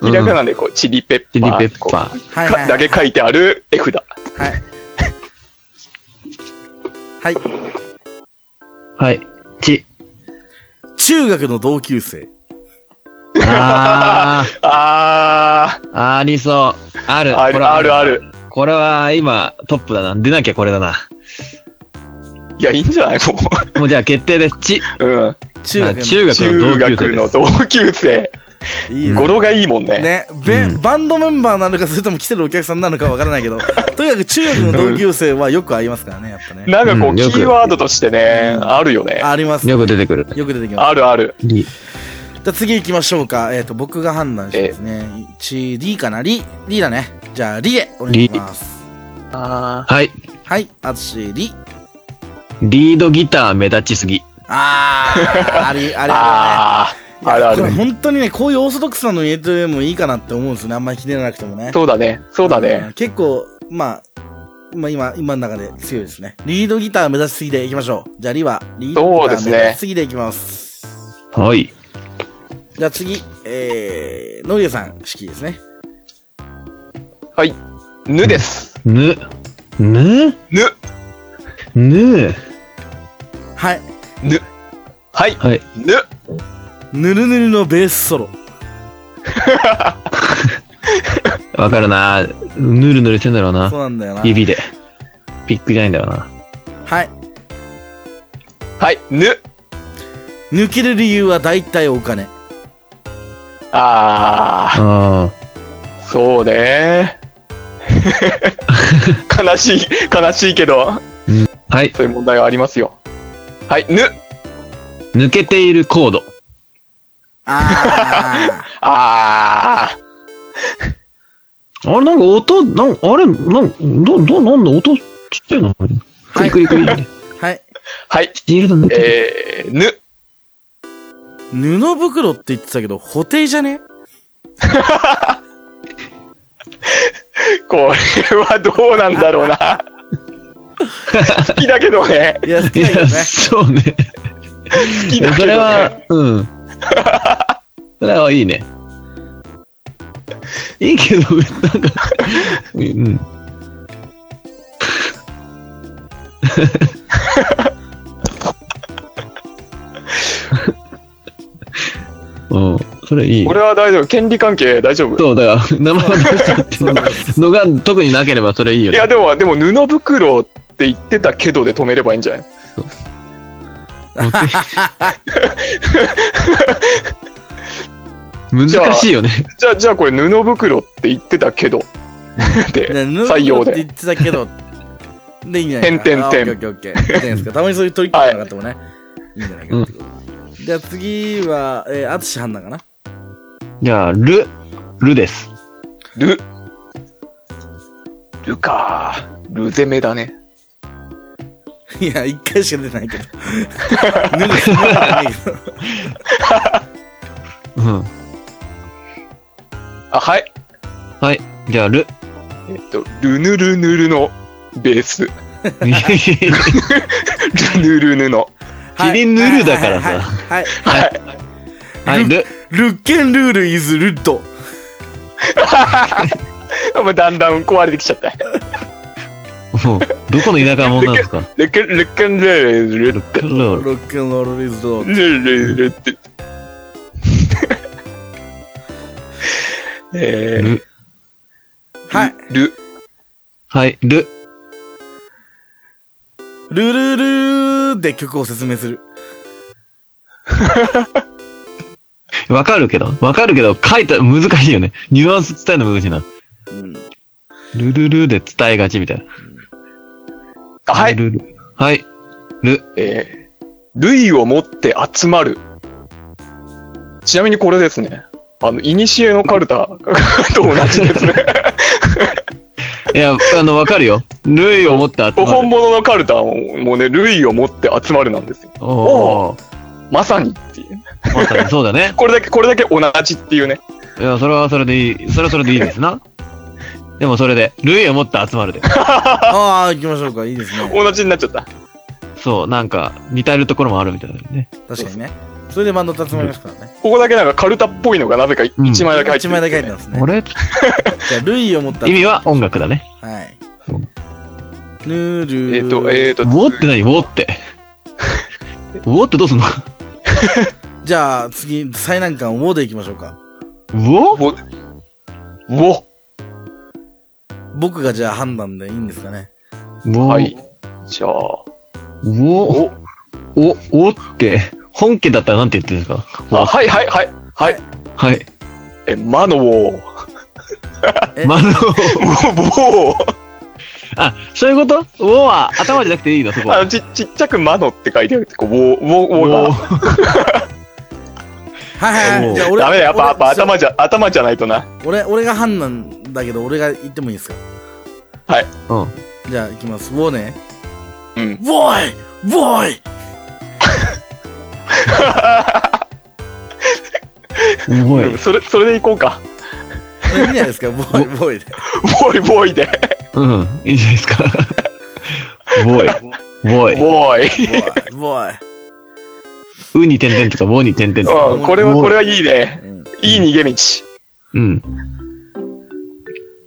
Speaker 2: うん
Speaker 3: ひらがなでこう、チリペッ
Speaker 2: チリ
Speaker 3: パー。
Speaker 2: ペッパー。
Speaker 1: はい、
Speaker 3: こ
Speaker 1: は
Speaker 3: うか
Speaker 1: い。
Speaker 3: だけ書いてある絵札。
Speaker 1: はい。 はい。
Speaker 2: はい。ち。
Speaker 1: 中学の同級生。
Speaker 2: あ
Speaker 3: あ
Speaker 2: ー、ありそう。あ
Speaker 3: ー、
Speaker 2: る。
Speaker 3: あ
Speaker 2: これ
Speaker 3: る
Speaker 2: は
Speaker 3: あるあ。る。
Speaker 2: これは今、トップだな。出なきゃこれだな。
Speaker 3: いや、いいんじゃないも
Speaker 2: もうじゃあ決定です。ち。
Speaker 3: う。うん。
Speaker 1: 中学
Speaker 2: あ
Speaker 1: の。
Speaker 2: 中学の同級
Speaker 3: 中
Speaker 2: 生
Speaker 3: 学
Speaker 2: で
Speaker 3: の
Speaker 2: す。
Speaker 3: 同級生。
Speaker 1: いいね
Speaker 3: 語呂がいいもんね。
Speaker 1: ね、べ
Speaker 2: うん
Speaker 1: バンドメンバーなのか、それとも来てるお客さんなのかわからないけ ど、とにかく中学の同級生はよくありますからね、やっぱね。
Speaker 3: なんかこ
Speaker 2: う
Speaker 3: う、
Speaker 2: ん
Speaker 3: キ
Speaker 2: よく
Speaker 3: ーワードとしてね、あるよね。
Speaker 1: あります。
Speaker 2: よ
Speaker 1: よ
Speaker 2: く出てくる。
Speaker 1: く出てきます。
Speaker 3: あるある。
Speaker 2: り。
Speaker 1: じゃあ次行きましょうか。えっ、と、僕が判断しますね。1、D かなリ、リだね。じゃあ、リへお願いします。
Speaker 3: あ
Speaker 2: はい。
Speaker 1: はい、あつし、リ。
Speaker 2: リードギター目立ちすぎ。
Speaker 1: ああー、あり、ありある
Speaker 3: ああ、
Speaker 1: よね。
Speaker 3: あるあ
Speaker 1: これ
Speaker 3: る。
Speaker 1: 本当にね、こういうオーソドックスなの入れてもいいかなって思うんですよね。あんまりひねらなくてもね。
Speaker 3: そうだね、そうだね。
Speaker 1: ん。結構、まあ、まあ今、今の中で強いですね。リードギター目指しすぎでいきましょう。じゃあリは、リードギター目指しすぎでいきます。
Speaker 2: はい。
Speaker 1: じゃあ次、えー、ノリエさん、式ですね。
Speaker 3: はい。ぬです。
Speaker 2: ぬ、ぬ、
Speaker 3: ぬ。
Speaker 2: ぬ。
Speaker 1: はい。
Speaker 3: ぬ。はい。
Speaker 2: はい。
Speaker 3: ぬ。
Speaker 1: ぬるぬるのベースソロ。
Speaker 2: わかるなぬるぬるしてんだろうな
Speaker 1: そう。なんだよな。
Speaker 2: 指で。ピックじゃないんだよな。
Speaker 1: はい。
Speaker 3: はい。ぬ。
Speaker 1: 抜ける理由は大体お金。
Speaker 3: あ
Speaker 2: あ
Speaker 3: あ、そうね。 悲しい、悲しいけど、
Speaker 2: あ。はい。
Speaker 3: そういう問題はありますよ。はい。ぬ。
Speaker 2: 抜けているコード。
Speaker 1: あ
Speaker 3: あ
Speaker 2: あれ、なんか音、なんあれ、なんど、ど、なんだ、音ちっちゃいのクリクリクリ。
Speaker 1: ー。はい。
Speaker 3: あ、はい。
Speaker 2: シールド抜けてる。
Speaker 3: えー、ぬ。
Speaker 1: 布袋って言ってたけど、補袋じゃね
Speaker 3: これはどうなんだろうな。好きだけどね。
Speaker 1: いや、好き
Speaker 2: い
Speaker 1: だけど
Speaker 2: や、
Speaker 1: ね。
Speaker 2: そうね。
Speaker 3: 好きだけど、ね。
Speaker 2: それは、 うん。それはいいね。いいけど、なんか、うん。 うん、それいい
Speaker 3: こ。れは大丈夫。権利関係大丈夫。
Speaker 2: そう、だから、名前を出したっていうのがのが特になければそれいいよ
Speaker 3: い
Speaker 2: ね
Speaker 3: や、。でも、でも、布袋って言ってたけどで止めればいいんじゃない
Speaker 2: 難しいよね。
Speaker 3: じゃあ、じゃあこれ、布袋って言ってた けど。で、
Speaker 1: ね布
Speaker 3: 採用
Speaker 1: 袋っ
Speaker 3: で
Speaker 1: て言ってたけど、で、いいんじゃない
Speaker 3: てんてんてん
Speaker 1: あオッケーオッケーオッケー。いいじゃないですか。たまにそういうトリックがなかったもね。いいんじゃないかなってこと。じゃあ次は、えー、あつしはんなかな
Speaker 2: じゃあ、る、るです。
Speaker 3: ル。ルか。ル攻めだね。
Speaker 1: いや、一回しか出てない けど。ぬるぬるじゃないけど
Speaker 2: うん。
Speaker 3: あ、はい。
Speaker 2: はい。じゃあ、る。
Speaker 3: えっと、ルヌルヌルのベース。
Speaker 2: キ
Speaker 3: ルヌルヌの。
Speaker 1: はい
Speaker 2: リンぬるだから
Speaker 1: はい
Speaker 2: さ。
Speaker 1: はい。はい
Speaker 3: はい。
Speaker 2: はい、る。
Speaker 1: ルッケンルールイズルッド。
Speaker 3: もうだんだん壊れてきちゃった。
Speaker 2: もう、どこの田舎者なんですか
Speaker 3: レッケン、レッケンレールルって。
Speaker 1: ロックンロールイズド
Speaker 3: ルルルルって。 えー、
Speaker 2: る。
Speaker 1: はい。
Speaker 3: ル。
Speaker 2: はい、る。
Speaker 1: ルルルーで曲を説明する。
Speaker 2: わかるけど、わかるけど、書いた、難しいよね。ニュアンス伝えるの難しいな。
Speaker 1: うん。
Speaker 2: ルルルで伝えがちみたいな。
Speaker 3: あはい。
Speaker 2: ルル。はい、る。
Speaker 3: えー、類を持って集まる。ちなみにこれですね。あの、古のカルタ と同じですね。
Speaker 2: いや、あの、わかるよ。ルイを持って集ま
Speaker 3: 本
Speaker 2: る。
Speaker 3: 物のカルタももうね、類を持って集まるなんですよ。
Speaker 2: おー。
Speaker 3: まさにっていう。
Speaker 2: まさにそうだね。
Speaker 3: これだけ、これだけ同じっていうね。
Speaker 2: いや、それはそれでいい。それはそれでいいですな。でもそれで、ルイを持って集まるで。
Speaker 1: ああ、行きましょうか。いいですね。
Speaker 3: 同じになっちゃった。
Speaker 2: そう、なんか、似てるところもあるみたいだよね。
Speaker 1: 確かにね。それでバンド立つまりますからね。
Speaker 3: ここだけなんかカルタっぽいのがなぜか
Speaker 2: うん
Speaker 3: 1枚だけ入って
Speaker 1: 一枚だけ入って
Speaker 3: る。
Speaker 1: ますね。
Speaker 2: これ
Speaker 1: じゃあ、類を持った。
Speaker 2: 意味は音楽だね。
Speaker 1: はい。
Speaker 2: うん
Speaker 1: ぬるー。
Speaker 3: えっと、えっと
Speaker 2: ウ、ォって何ウォって。ウォってどうすんの
Speaker 1: じゃあ、次、最難関、ウォでいきましょうか。
Speaker 2: ウォ
Speaker 3: ウォ。
Speaker 1: 僕がじゃあ判断でいいんですかね。
Speaker 2: ウォ
Speaker 3: はい。じゃあ、
Speaker 2: ウォ
Speaker 3: お
Speaker 2: お、おって、本家だったらなんて言ってるんですか
Speaker 3: あ、はいはいはい。はい。
Speaker 2: はい。
Speaker 3: え、魔のウォ ー。
Speaker 1: え
Speaker 2: まああの、
Speaker 3: ウォー。
Speaker 2: あ、そういうことウォは頭じゃなくていいのそこ。
Speaker 3: あの、 ち、ちっちゃく魔のって書いてあるって、こう、ウォー、ウォー、ウォーが。
Speaker 2: ウォ
Speaker 1: はいはい
Speaker 2: お
Speaker 1: は
Speaker 2: う
Speaker 1: い。じゃあ、俺、
Speaker 3: ダメだ、やっぱ、やっぱ
Speaker 1: 俺
Speaker 3: 頭じゃ、頭じゃないとな。
Speaker 1: 俺、俺が判断だけど、俺が言ってもいいですか
Speaker 2: うん。
Speaker 1: じゃあ、いきます。ウォね。
Speaker 3: うん。
Speaker 1: ボーイボーイ
Speaker 2: すごい。
Speaker 3: それ、それでいこうか。
Speaker 1: いいんじゃないです か、ボーイ、ボーイで。
Speaker 3: ボーイ、ボーイで。
Speaker 2: うん。いいじゃないですか。ボーイ。ボーイ。
Speaker 3: ボーイ。
Speaker 1: ボーイ。
Speaker 2: うに点々とか、ぼに点々とか。
Speaker 3: うん、これは、これはいいね。
Speaker 1: うん
Speaker 3: いい逃げ道。
Speaker 2: うん。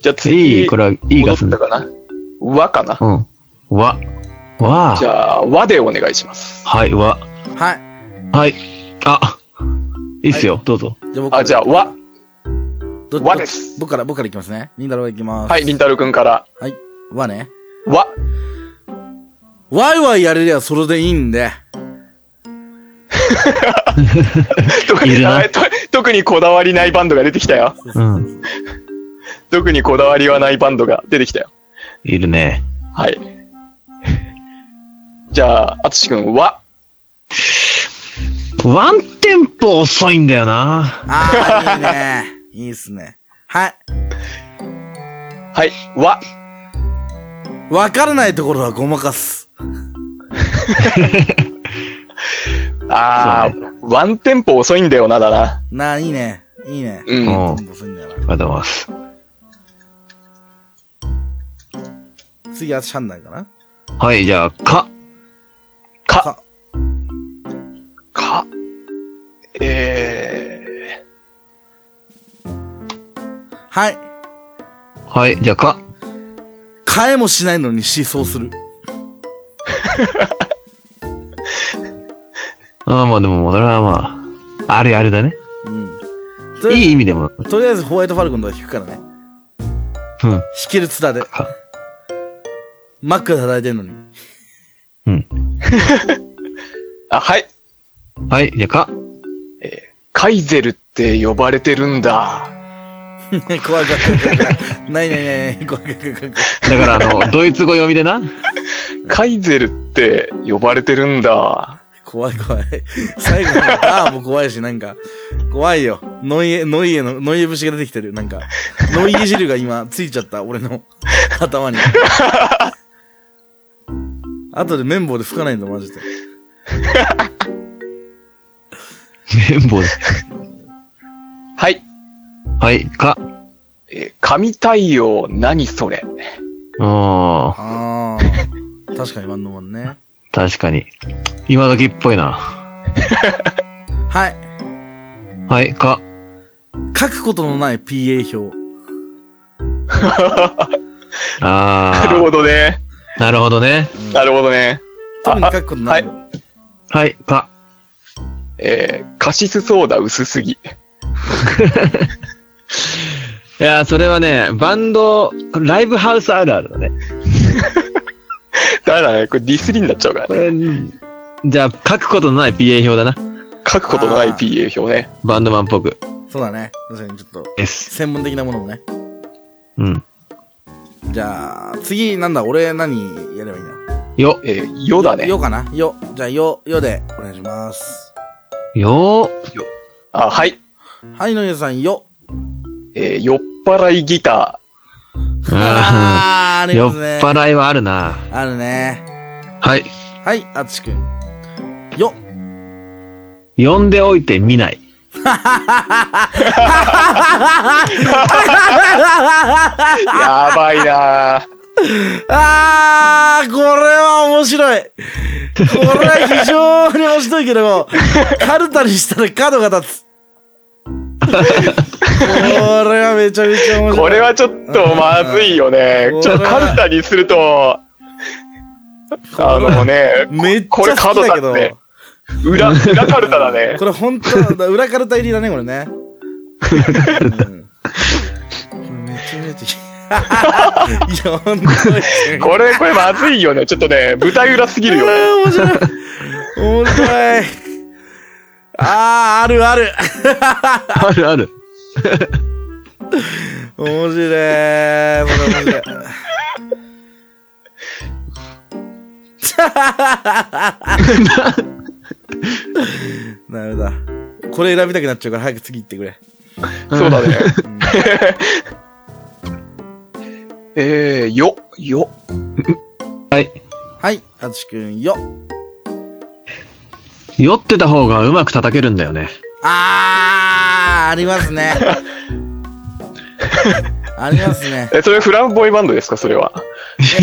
Speaker 3: じゃあ次、
Speaker 2: いい、これはいい
Speaker 3: 戻
Speaker 2: が
Speaker 3: っ
Speaker 2: すん
Speaker 3: た
Speaker 2: だ。
Speaker 3: かな。和かな。
Speaker 2: うん。わ。わ
Speaker 3: じ。ゃあ、和でお願いします。
Speaker 2: はい、わ。
Speaker 1: はい。
Speaker 2: はい。あ、いいっすよ。どうぞ。
Speaker 1: じゃあ僕から
Speaker 3: あ、じゃあ、和。
Speaker 1: ど
Speaker 3: 和です
Speaker 1: 僕から、僕からいきますね。りんたろういきます。
Speaker 3: はい、りんたろくんから。
Speaker 1: はい。和ね。
Speaker 3: 和。
Speaker 1: ワイワイやれりゃそれでいいんで。
Speaker 3: 特に
Speaker 2: いるな
Speaker 3: あと特にこだわりないバンドが出てきたよ。
Speaker 2: うん。
Speaker 3: 特にこだわりはないバンドが出てきたよ。
Speaker 2: いるね。
Speaker 3: はい。 じゃあ、あつしくん、和。
Speaker 2: ワンテンポ遅いんだよな。
Speaker 1: ああ、いいね。いいっすね。はい。
Speaker 3: はい、和。
Speaker 1: わからないところはごまかす。
Speaker 3: あ
Speaker 2: そ
Speaker 3: ー、ワンテンポ遅いんだよな、だな。
Speaker 1: なあ、いいね。いいね。
Speaker 3: う。
Speaker 2: うんん。あ
Speaker 1: 遅いんだよ
Speaker 2: りがとうございます。
Speaker 1: な。次はシャンダンかな
Speaker 2: はい、じゃあ、か。
Speaker 3: か、
Speaker 1: か。
Speaker 3: か。え
Speaker 1: はい。
Speaker 2: はい、じゃあ、か。
Speaker 1: 変えもしないのに思想する。
Speaker 2: ああ、まあでも、それはまあ、あれあれだね。
Speaker 1: うん。とりあえ
Speaker 2: いい意味でも。
Speaker 1: ずとりあえずホワイトファルコンとか弾くからね。
Speaker 2: うん。
Speaker 1: 弾けるツダで。マックで叩いてんのに。
Speaker 2: うん。
Speaker 3: ー、あ、はい。
Speaker 2: はい、じゃあ、か。
Speaker 3: カイゼルって呼ばれてるんだ。
Speaker 1: 怖い怖い怖い怖い。ないないないない。怖い怖い怖い怖い。
Speaker 2: だから、 あの、ドイツ語読みでな。
Speaker 3: カイゼルって呼ばれてるんだ。
Speaker 1: 怖い怖い。最後のダーも怖いし、なんか、怖いよ。ノイエ、ノイエの、ノイエ節が出てきてる。なんか、ノイエ汁が今ついちゃった、俺の頭に。後で綿棒で拭かないんだ、マジで。
Speaker 2: 綿棒です。
Speaker 3: はい。
Speaker 2: はい、か。
Speaker 3: えー、神太陽何それ。
Speaker 2: あ
Speaker 1: あ
Speaker 2: あ、
Speaker 1: ー。確かに万能もんね。
Speaker 2: 確かに。今時っぽいな。
Speaker 1: はい。
Speaker 2: はい、か。
Speaker 1: 書くことのない PA 表。
Speaker 3: なる
Speaker 2: あ
Speaker 3: ほどね。
Speaker 2: あ、なるほどね。
Speaker 3: なるほどね。
Speaker 1: 特に書くことないの。
Speaker 2: はい、か。
Speaker 3: えー、カシスソーダ薄すぎ。
Speaker 2: いやー、それはね、バンド、ライブハウスあるあるだね。
Speaker 3: だからね、これディスリになっちゃうから
Speaker 2: こ
Speaker 3: ね。
Speaker 2: れ、じゃあ、書くことのない PA 表だな。
Speaker 3: 書くことのない
Speaker 1: あー
Speaker 3: PA 表ね。
Speaker 2: バンドマンっぽく。
Speaker 1: そうだね。確かにちょっと、
Speaker 2: です。
Speaker 1: 専門的なものもね。
Speaker 2: うん。
Speaker 1: じゃあ、次、なんだ、俺何やればいいんだ
Speaker 2: よ、
Speaker 3: えー、よだね。
Speaker 1: よかなよ。じゃあ、よ、よで、お願いします。
Speaker 2: よ
Speaker 3: あ、はい。
Speaker 1: はい、のりさん、よ。
Speaker 3: えー、酔っ払いギタ
Speaker 2: ー。
Speaker 1: あー、あ
Speaker 2: あー
Speaker 1: り
Speaker 2: 酔
Speaker 1: ま
Speaker 2: っ
Speaker 1: すね。
Speaker 2: 払いはあるな。
Speaker 1: あるね。
Speaker 2: はい。
Speaker 1: はい、あつしくん。よ。
Speaker 2: 呼んでおいて見ない。
Speaker 3: ー。やばいな ー。
Speaker 1: あー、これは面白い。これは非常に面白いけども、カルタにしたら角が立つ。これはめちゃめちゃ面白い。
Speaker 3: これはちょっとまずいよね
Speaker 1: うん。
Speaker 3: ちょっとカルタにすると、あのね、
Speaker 1: めっちゃ
Speaker 3: これ
Speaker 1: 好
Speaker 3: 角
Speaker 1: きだ
Speaker 3: だ
Speaker 1: け
Speaker 3: け
Speaker 1: ど
Speaker 3: ど。。裏、裏カルタだね
Speaker 1: こ。れ本当だ裏カルタ入りだね、これね。うんこれめちゃめちゃいい。いや、ほんとに。
Speaker 3: これ、これまずいよ ね。ちょっとね、舞台裏す ぎるよね。
Speaker 1: あー面白い。面白い。ああ、あるある。
Speaker 2: あるある。
Speaker 1: 面白い。これ面白い。なるほど。これ選びたくなっちゃうから早く次行ってくれ。
Speaker 3: そうだね。 えー、よ、よ。
Speaker 2: はい。
Speaker 1: はい、あつしくんよ。
Speaker 2: 酔ってた方がうまく叩けるんだよね。
Speaker 1: あー、ありますね。ありますね。
Speaker 3: え、それフランボイバンドですかそれは。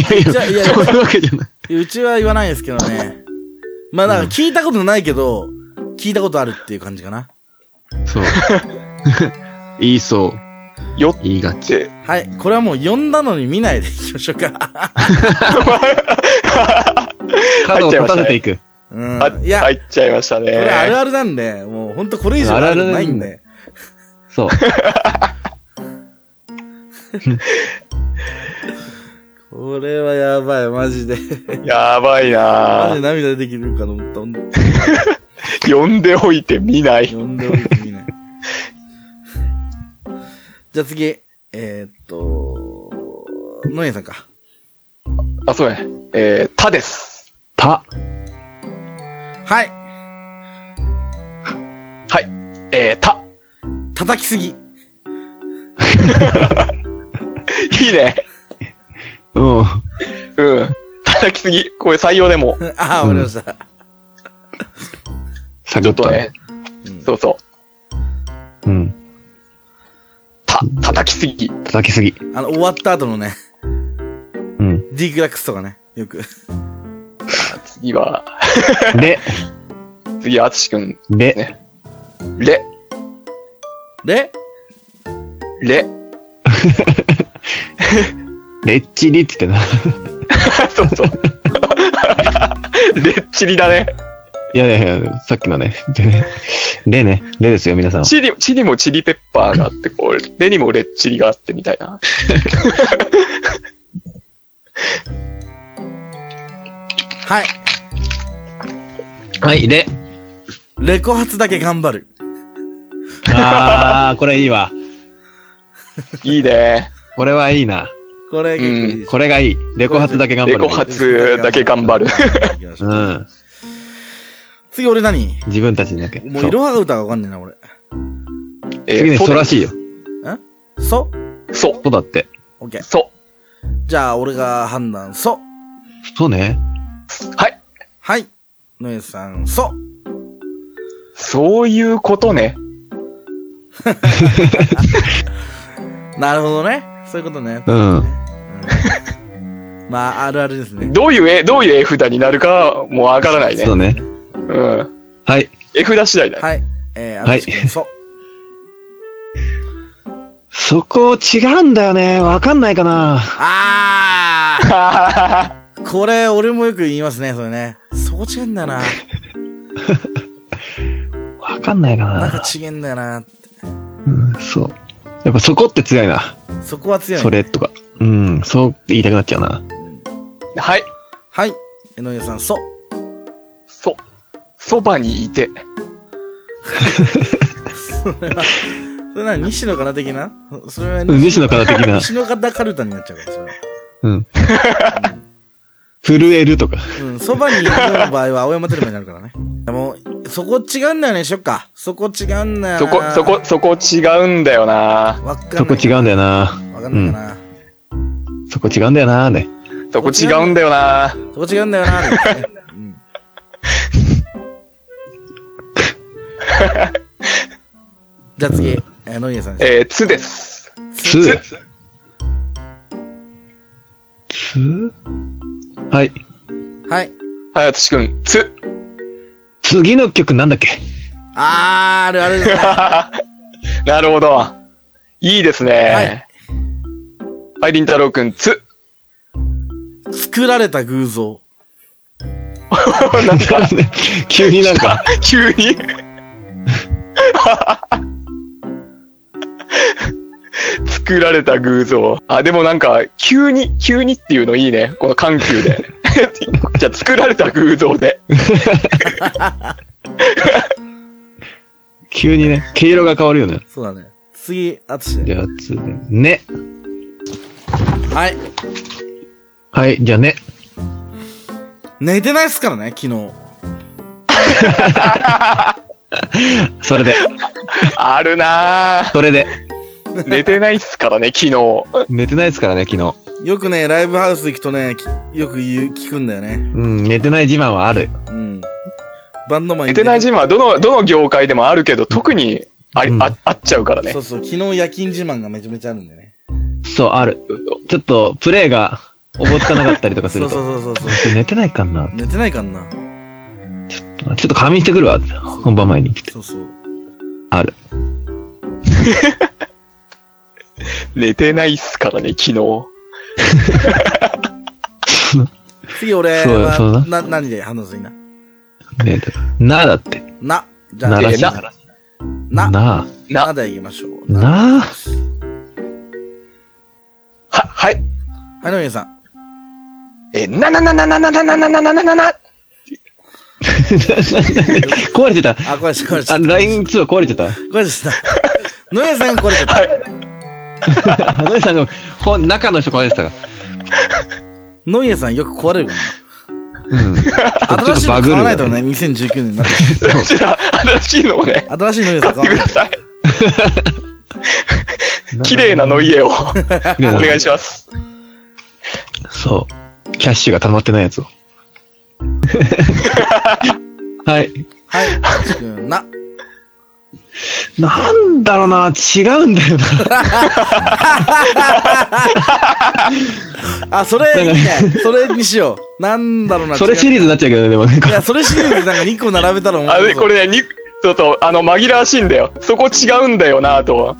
Speaker 2: いやい
Speaker 1: じゃあいや
Speaker 2: や、そういうわけじゃな
Speaker 1: うちは言わないですけどね。まあ、だから聞いたことないけど、聞いたことあるっていう感じかな。
Speaker 2: い。そう。言いそう。
Speaker 3: 酔っ
Speaker 2: 言いがち。
Speaker 3: て。
Speaker 1: はい。これはもう呼んだのに見ないでいきましょうか。
Speaker 2: 角を立たせていく。
Speaker 3: あ
Speaker 1: うん。いや、
Speaker 3: 入っちゃいましたね。
Speaker 1: これあるあるなんで、もうほんとこれ以上
Speaker 2: ある
Speaker 1: あ
Speaker 2: ある
Speaker 1: るないんで。
Speaker 2: そう。
Speaker 1: これ はやばい、マジで。
Speaker 3: やばい
Speaker 1: マ
Speaker 3: な
Speaker 1: ジで
Speaker 3: ぁ
Speaker 1: 涙出てきるかと思ったほんと。
Speaker 3: 呼んでおいて見ない。
Speaker 1: 呼んでおいてみない。 じゃあ次、えー、っと、のえさんか。
Speaker 3: あ、そうね。えー、たです。
Speaker 2: た。
Speaker 1: はい。
Speaker 3: はい。えー、た。
Speaker 1: 叩きすぎ。
Speaker 3: いいね。
Speaker 2: うん。
Speaker 3: うん。叩きすぎ。これ採用でも。
Speaker 1: ああ、わかりました。
Speaker 2: サ
Speaker 3: ち
Speaker 2: クッ
Speaker 3: ょっとね。
Speaker 1: うん
Speaker 3: そうそう。
Speaker 2: うん。
Speaker 3: た、叩きすぎ。
Speaker 2: 叩きすぎ。
Speaker 1: あの、終わった後のね、
Speaker 2: うん。
Speaker 1: ディークラックスとかね、よく。
Speaker 3: 次は、
Speaker 2: で、
Speaker 3: 次はあつしくん。
Speaker 2: で、
Speaker 3: ね。れ、
Speaker 1: で、
Speaker 3: れ。
Speaker 2: レッチリって言ってた。
Speaker 3: そうそう。れっちりだね。
Speaker 2: いやいやいや、さっきのね。でね。でね。でですよ、皆さん。
Speaker 3: チリ、チリもチリペッパーがあって、こう、レにもレッチリがあってみたいな。
Speaker 1: はい。
Speaker 2: はい、で。
Speaker 1: レコ発だけ頑張る。
Speaker 2: あー、これいいわ。
Speaker 3: いいね。
Speaker 2: これはいいな。
Speaker 1: これ、結構いいでしょ
Speaker 2: これがいい。レコ発だけ頑張
Speaker 3: レ
Speaker 2: る
Speaker 3: コ。発だけ頑張る。
Speaker 1: 行きましょ
Speaker 2: う。
Speaker 1: うん 次俺何
Speaker 2: 自分たちにだけ。
Speaker 1: もう
Speaker 2: そう
Speaker 1: 色は歌がわかんねえな、俺。
Speaker 3: えー
Speaker 2: 次ね、そうらしいよ。。
Speaker 1: そ
Speaker 3: そう。
Speaker 2: そうだって。
Speaker 1: オッケー。
Speaker 3: そ
Speaker 1: じゃあ、俺が判断、そ。
Speaker 2: そうね。
Speaker 3: う。はい。
Speaker 1: はい。のえさん、そ。
Speaker 3: そういうことね。
Speaker 1: なるほどね。そういうことね。
Speaker 2: うん。
Speaker 1: うんまあ、あるあるですね。
Speaker 3: どういう絵、どういう絵札になるか、もうわからないね。
Speaker 2: そうね。
Speaker 3: うん。
Speaker 2: はい。
Speaker 3: 絵札次第だね。
Speaker 1: はい。えー、あ
Speaker 2: はい
Speaker 1: たしくん、そ。
Speaker 2: そこ違うんだよね。わかんないかな。
Speaker 1: あ
Speaker 3: は
Speaker 1: ーこれ、俺もよく言いますね、それね。そこ違うんだよな。
Speaker 2: わかんないか
Speaker 1: なん
Speaker 2: な。
Speaker 1: か違うんだよな。
Speaker 2: うん、そう。やっぱそこって強いな。
Speaker 1: そこは強い
Speaker 2: そ
Speaker 1: ね。
Speaker 2: れとか。うん、そう言いたくなっちゃうな。
Speaker 3: い。
Speaker 1: はい。えのえさん、そ。
Speaker 3: そ、そばにいて。
Speaker 1: それな、西野かな的なそれは
Speaker 2: うん西野かな的 な
Speaker 1: 西野かなカルタになっちゃうから、それは。
Speaker 2: うん。 震えるとか。
Speaker 1: うん、そばにいるような場合は青山テルマになるからね。でも、そこ違うんだよね、しょっか。そこ違うんだよな。
Speaker 3: そこ、そこ、そこ違うんだよな。
Speaker 1: わかんない。
Speaker 2: そこ違うんだよな。
Speaker 1: わかんないか
Speaker 2: そこ違うんだよな。ね。
Speaker 3: そこ違うんだよ
Speaker 1: な。
Speaker 3: な。
Speaker 1: そこ違うんだよな、ね。うん。じゃあ次、えー、ノイエさんです。
Speaker 3: えー、つです。
Speaker 2: つ。つはい。
Speaker 1: はい。
Speaker 3: はい、あつしくん、つ。
Speaker 2: 次の曲なんだっけ
Speaker 1: あー、あるあるですね。
Speaker 3: なるほど。いいですね。はい、りんたろうくん、つ。
Speaker 1: 作られた偶像。
Speaker 3: なんか、
Speaker 2: 急になんか、
Speaker 3: 急に。 作られた偶像。あ、でもなんか、急に、急にっていうのいいね。この緩急で。 じゃあ、作られた偶像で。
Speaker 2: 急にね、毛色が変わるよね。
Speaker 1: そうだね。次、あつし
Speaker 2: じ
Speaker 1: ね。
Speaker 2: ゃあ、つね。ね。
Speaker 1: はい。
Speaker 2: はい、じゃあね。
Speaker 1: 寝てないっすからね、昨日。
Speaker 2: それで、
Speaker 3: あるなぁ。
Speaker 2: それで。
Speaker 3: 寝てないっすからね、昨日。
Speaker 2: 寝てないですからね、昨日。
Speaker 1: よくね、ライブハウス行くとね、きよく言う、聞くんだよね。
Speaker 2: うん、寝てない自慢はある。
Speaker 1: うん。バンドマン
Speaker 3: 寝てない自慢はどの、どの業界でもあるけど、特にあり、
Speaker 2: うん
Speaker 3: あ、あっちゃうからね
Speaker 1: そ。うそう、昨日夜勤自慢がめちゃめちゃあるんでね。
Speaker 2: そう、ある。ちょっと、プレイが、おぼつかなかったりとかす
Speaker 1: そ
Speaker 2: る
Speaker 1: う
Speaker 2: と。
Speaker 1: そうそうそう
Speaker 2: ちょっと寝てないかな。
Speaker 1: 寝てないかんな。
Speaker 2: ちょっと仮眠してくるわ。本番前に。
Speaker 1: そうそう。
Speaker 2: ある。
Speaker 3: 寝てないっすからね、昨日。
Speaker 1: 次俺
Speaker 2: そうだそう
Speaker 1: はな、
Speaker 2: だ、
Speaker 1: 何で話すんな。
Speaker 2: ねえ、なあだって。
Speaker 1: な。じゃあ、
Speaker 2: ならしい。
Speaker 1: な、
Speaker 2: な
Speaker 1: な、な
Speaker 2: あ。
Speaker 3: な、
Speaker 1: で言いましょう。は
Speaker 2: なあ。
Speaker 3: は、はい。
Speaker 1: い、のりさん。
Speaker 3: えー、なななななななななななななな
Speaker 2: 壊れてた。
Speaker 1: あ、これし、これし、
Speaker 2: あ、LINE2 壊れてた。
Speaker 1: これした。のりさんがこれちょっと。
Speaker 2: あのりさんの、ほん中の人壊れてたから。
Speaker 1: のりさんよく壊れるもん
Speaker 2: うん。ちょっと
Speaker 1: 新しいの
Speaker 2: バグ
Speaker 1: 買
Speaker 2: る
Speaker 1: わ
Speaker 2: よ
Speaker 1: ないとね、2019年になって。
Speaker 3: こちら、新しいのをね、
Speaker 1: 新しいのりさん買わな
Speaker 3: く
Speaker 1: い
Speaker 3: だ
Speaker 1: と。
Speaker 3: さい。綺麗なの家をお
Speaker 2: 綺麗な
Speaker 3: 願いします。
Speaker 2: そう。キャッシュが溜まってないやつ を。はい。
Speaker 1: はい、ちくんな。
Speaker 2: なんだろうな、違うんだよな。
Speaker 1: あ、それいいね。それにしよう。なんだろうな。
Speaker 2: それシ
Speaker 1: 違
Speaker 2: リーズになっちゃうけどね、でもね。
Speaker 1: ういや、それシリーズなんか2個並べたら面
Speaker 3: あ
Speaker 1: 白い
Speaker 3: れ、
Speaker 1: ぞ。
Speaker 3: これね、に、ちょっと、あの、紛らわしいんだよ。そこ違うんだよな、とは。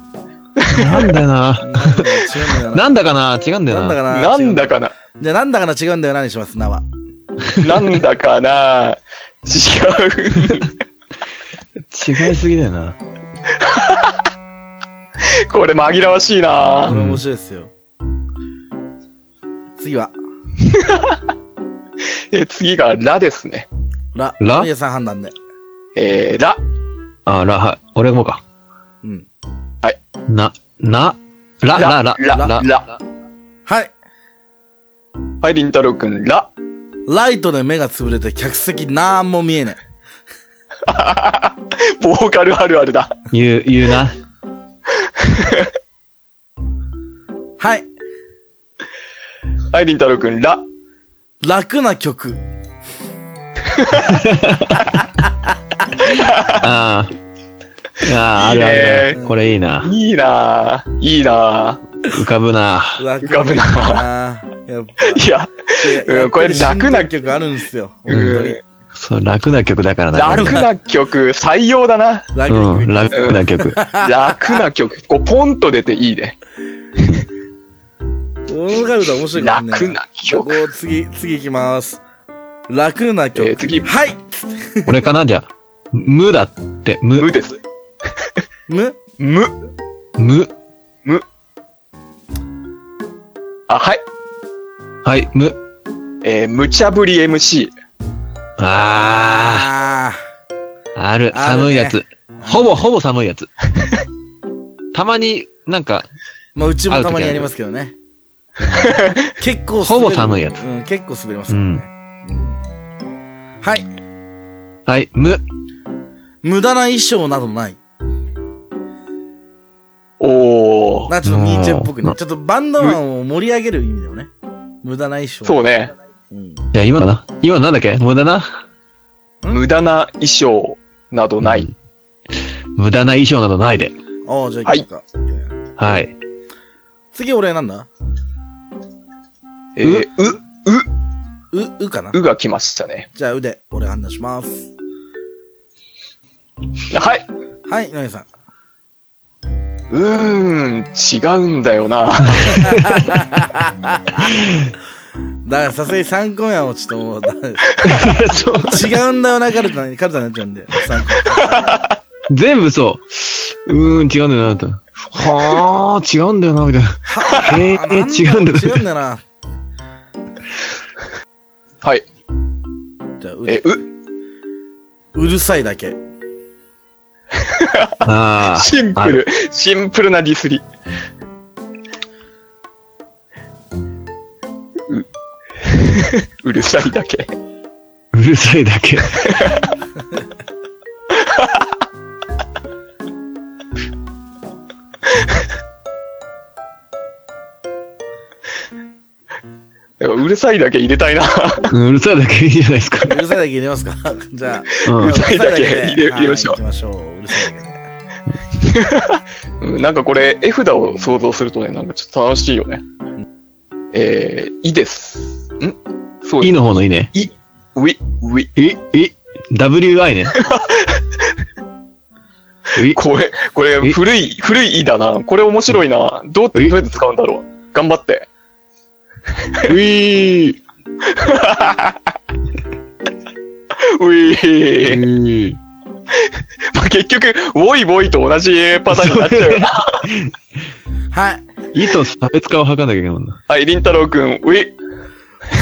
Speaker 2: なんだよな。
Speaker 1: なんだろう違うんだよな。
Speaker 2: なんだかな、違うんだよ
Speaker 1: なんだ
Speaker 2: な。
Speaker 1: かな。
Speaker 3: なんだかな。
Speaker 1: じゃあ、なんだかな違うんだよなにします、なは。
Speaker 3: なんだかな。違う。
Speaker 2: 違いすぎだよな。
Speaker 3: これ紛らわしい
Speaker 1: こ
Speaker 3: な。
Speaker 1: れ面白いですよ。次は、
Speaker 3: え、次が、らですね。
Speaker 1: ラ。
Speaker 2: ラ
Speaker 1: のりさん判断で。
Speaker 3: えー、ら。
Speaker 2: あ、ら、はい。俺もか。
Speaker 1: うん。
Speaker 2: な、な、ら、ら、ら、
Speaker 3: ら、ら、ら。
Speaker 1: はい。
Speaker 3: はい、りんたろうくん、ら。
Speaker 1: ライトで目が潰れて客席なんも見えない。
Speaker 3: ボーカルあるあるだ。
Speaker 2: 言う、言うな。
Speaker 1: はい。
Speaker 3: はい、りんたろうくん、ら。
Speaker 1: 楽な曲。
Speaker 2: ああ。ああ、あるあるある。これいいな。
Speaker 3: いいなぁ。いいな
Speaker 2: 浮かぶな。
Speaker 1: 楽
Speaker 3: 浮かぶな
Speaker 1: なやっぱ。
Speaker 3: ぁ。いや、うんこれ楽な
Speaker 1: 曲あるんですよ。
Speaker 3: う
Speaker 1: 本当に
Speaker 3: ん、
Speaker 2: そう、楽な曲だからな。
Speaker 3: 楽な曲、採用だ な。
Speaker 1: 楽な
Speaker 2: うん、
Speaker 1: 曲。
Speaker 2: 楽な曲。
Speaker 3: 楽な曲。こう、ポンと出ていいね。
Speaker 1: 音楽だ面白いかもね
Speaker 3: 楽な
Speaker 1: こ
Speaker 3: 曲
Speaker 1: こ次、次行きます。楽な曲。
Speaker 3: えー次
Speaker 1: はい
Speaker 2: 俺かなじゃあ。無だって、
Speaker 3: 無
Speaker 2: 無、
Speaker 3: です。
Speaker 1: む
Speaker 3: 無。
Speaker 2: 無。
Speaker 3: あ、はい。
Speaker 2: はい、無。
Speaker 3: えー、無茶ぶり MC。
Speaker 2: あ
Speaker 1: あ
Speaker 2: あ、ある。
Speaker 1: あるね
Speaker 2: 寒いやつ。ほぼ、ほぼ寒いやつ。たまに、なんか、
Speaker 1: ー。まあ、うちもたまにやりますけど ね。結構滑る
Speaker 2: ほぼ寒いやつ
Speaker 1: うん、結構滑りますからね。うんはい。
Speaker 2: はい、無。
Speaker 1: 無駄な衣装などない。
Speaker 3: おー。
Speaker 1: なんかちょっとニーチェっぽく
Speaker 2: う
Speaker 1: ね。
Speaker 2: ん
Speaker 1: ちょっとバンドマンを盛り上げる意味だよね。無駄な衣装。
Speaker 3: そうね。
Speaker 1: うん。
Speaker 2: いや、今だな。今なんだっけ無駄な。
Speaker 3: 無駄な衣装などない。
Speaker 2: 無駄な衣装などないで。
Speaker 1: ああ、じゃあ行こうか。
Speaker 2: はい。
Speaker 1: 次俺なんだ
Speaker 3: えー、
Speaker 1: う、うかな
Speaker 3: う、うが来ましたね。
Speaker 1: じゃあ、うで、俺判断します。
Speaker 3: はい。
Speaker 1: はい、のりさん。
Speaker 3: うーん、違うんだよな。
Speaker 1: だから、さすがに3個目はもうちょっともうダメです、
Speaker 2: そう
Speaker 1: 違うんだよな、カルタに、カルタになっちゃうんで、3
Speaker 2: 全部そう。うーん、違うんだよな、と。はあ、違うんだよな、みたいな。へえ、
Speaker 1: 個。なん
Speaker 2: 違うんだよ
Speaker 1: 違
Speaker 2: な。
Speaker 1: うんだよな。
Speaker 3: はい。
Speaker 1: じゃあ、う
Speaker 3: え
Speaker 1: で、
Speaker 3: ー、う、
Speaker 1: うるさいだけ。
Speaker 2: ああ。
Speaker 3: シンプル。シンプルなディスリ。う、 うるさいだけ。
Speaker 2: うるさいだけ。
Speaker 3: なんかうるさいだけ入れたいな。
Speaker 2: うんうるさいだけいいじゃないですか。
Speaker 1: うるさいだけ入れますかじゃあ、
Speaker 2: う
Speaker 3: うんる。さいだけ入れ
Speaker 1: は
Speaker 3: 入れましょう
Speaker 1: 行きましょう。うるさいだけで。
Speaker 3: うんなんかこれ、絵札を想像するとね、なんかちょっと楽しいよね。えー、いです。んそう
Speaker 2: い
Speaker 3: です。
Speaker 2: の方のいいね。
Speaker 3: ウィ、ウィ。
Speaker 2: い、い、WI ね。い、
Speaker 3: これ、これ、
Speaker 2: え
Speaker 3: 古い、古いいだな。これ面白いな。どう、どう
Speaker 2: え
Speaker 3: やって使うんだろう。頑張って。
Speaker 2: うい、
Speaker 3: ウィ
Speaker 2: う
Speaker 3: ー。
Speaker 2: い。
Speaker 3: まあ、結局、ウォイウォイと同じパターンになっちゃうよな。
Speaker 1: はい。
Speaker 2: いと差別化を図んなきゃいけないもんな。
Speaker 3: はい、りんたろうくん、ウィ。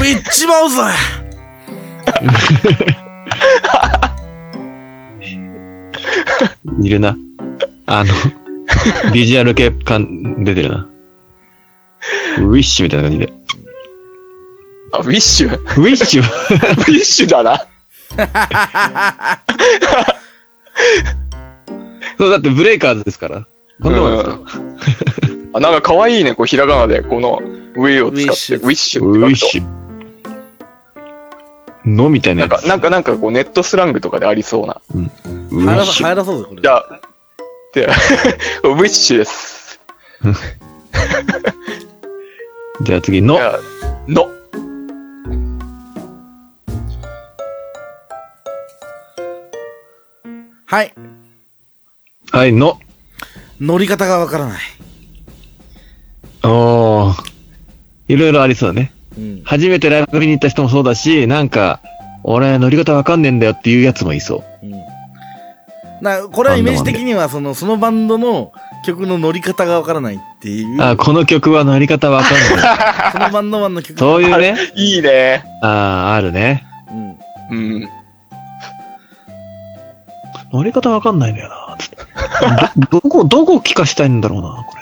Speaker 1: ビッチマウス
Speaker 2: いるな。あの、ビジュアル系感出てるな。ウィッシュみたいな感じで。
Speaker 3: あ、ウィッシュ。ウ
Speaker 2: ウィッシュは
Speaker 3: ィッシュだな。
Speaker 2: そう、だってブレイカーズですから。こんなもんですか
Speaker 3: あ、なんか可愛いね、こう、ひらがなで、この、ウィを使って、
Speaker 1: ウィッ
Speaker 3: ウィッ
Speaker 1: シ
Speaker 3: シ
Speaker 2: ウィ
Speaker 3: ュっ
Speaker 2: ッ
Speaker 3: て書くと。
Speaker 2: シュ。のみたいな
Speaker 3: なん
Speaker 2: や
Speaker 3: か、
Speaker 2: つ。
Speaker 3: なんか、なんか、こう、ネットスラングとかでありそうな。
Speaker 2: ウ
Speaker 1: 流行
Speaker 2: ィッ
Speaker 1: ら
Speaker 2: シ
Speaker 1: 流
Speaker 2: ュ。
Speaker 1: 行らそうぜ、これ。
Speaker 3: じゃあ、で、 ウィッシュです。
Speaker 2: じゃあ次、の
Speaker 3: じ。ゃあの。
Speaker 1: はい。
Speaker 2: はい、の。
Speaker 1: 乗り方がわからない。
Speaker 2: おー。いろいろありそうだね。
Speaker 1: うん。
Speaker 2: 初めてライブ見に行った人もそうだし、なんか、俺乗り方わかんねえんだよっていうやつもいそう。
Speaker 1: うん。な、これはイメージ的には、その、そのバンドの曲の乗り方がわからないっていう。
Speaker 2: あー、この曲は乗り方わかんない。
Speaker 1: そのバンドマン の曲。
Speaker 2: そういうね。
Speaker 3: いいね。
Speaker 2: ああ、あるね。
Speaker 1: うん。
Speaker 3: うん。
Speaker 2: 乗り方わかんないんだよな。つってど、どこ、どこ聞かしたいんだろうな、これ。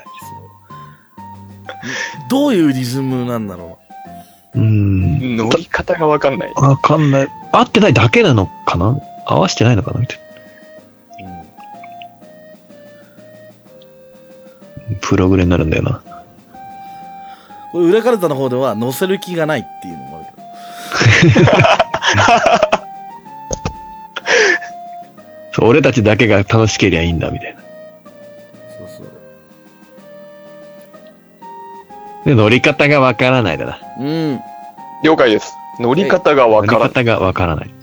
Speaker 1: どういうリズムなんだろ。
Speaker 2: うーん。
Speaker 3: 乗り方がわかんない。
Speaker 2: わかんない。合ってないだけなのかな合わしてないのかなみたいう
Speaker 1: うん。
Speaker 2: な。プログレになるんだよな。
Speaker 1: これ、裏カルタの方では、乗せる気がないっていうのもあるけど。
Speaker 2: そう俺たちだけが楽しけりゃいいんだ、みたいな。
Speaker 1: そうそう。
Speaker 2: で、乗り方がわからないだな。
Speaker 1: うん。
Speaker 3: 了解です。乗り方がわ
Speaker 2: 乗り
Speaker 3: からない。
Speaker 2: 方がわからない。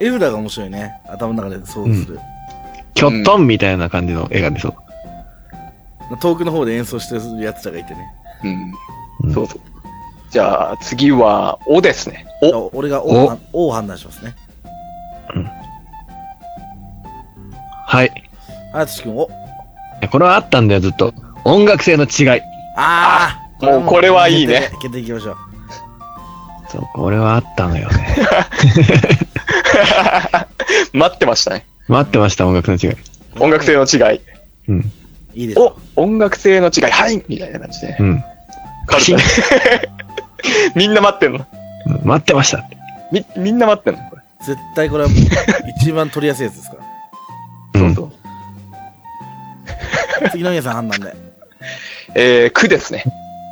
Speaker 1: 絵札が面白いね。頭の中でそうする。
Speaker 2: きょっとんみたいな感じの絵が出そう。
Speaker 1: 遠くの方で演奏してるやつらがいてね。
Speaker 2: う
Speaker 3: う。
Speaker 2: んん
Speaker 3: そうそう。じゃあ、次は、おですね。
Speaker 1: じゃ
Speaker 3: お。
Speaker 1: あ俺が
Speaker 2: お
Speaker 1: O 判おを判断しますね。
Speaker 2: はい。
Speaker 1: あつし君、お。
Speaker 2: これはあったんだよ、ずっと。音楽性の違い。
Speaker 1: ああ
Speaker 3: もうこれはいいね。
Speaker 1: 決定いきましょう。
Speaker 2: そう、これはあった のよね。
Speaker 3: 待ってましたね。
Speaker 2: 待ってました、音楽の違い。
Speaker 3: 音楽性の違い。
Speaker 2: うん。
Speaker 1: いいです。
Speaker 3: お音楽性の違い。はいみたいな感じで。
Speaker 2: うん。
Speaker 3: カルタねみんな待ってんの。
Speaker 2: うん待ってました。
Speaker 3: み、みんな待ってんの。これ
Speaker 1: 絶対これは一番取りやすいやつですか
Speaker 2: うん
Speaker 3: そうそう。
Speaker 1: ら。次の皆さん判断で。
Speaker 3: えー、くですね。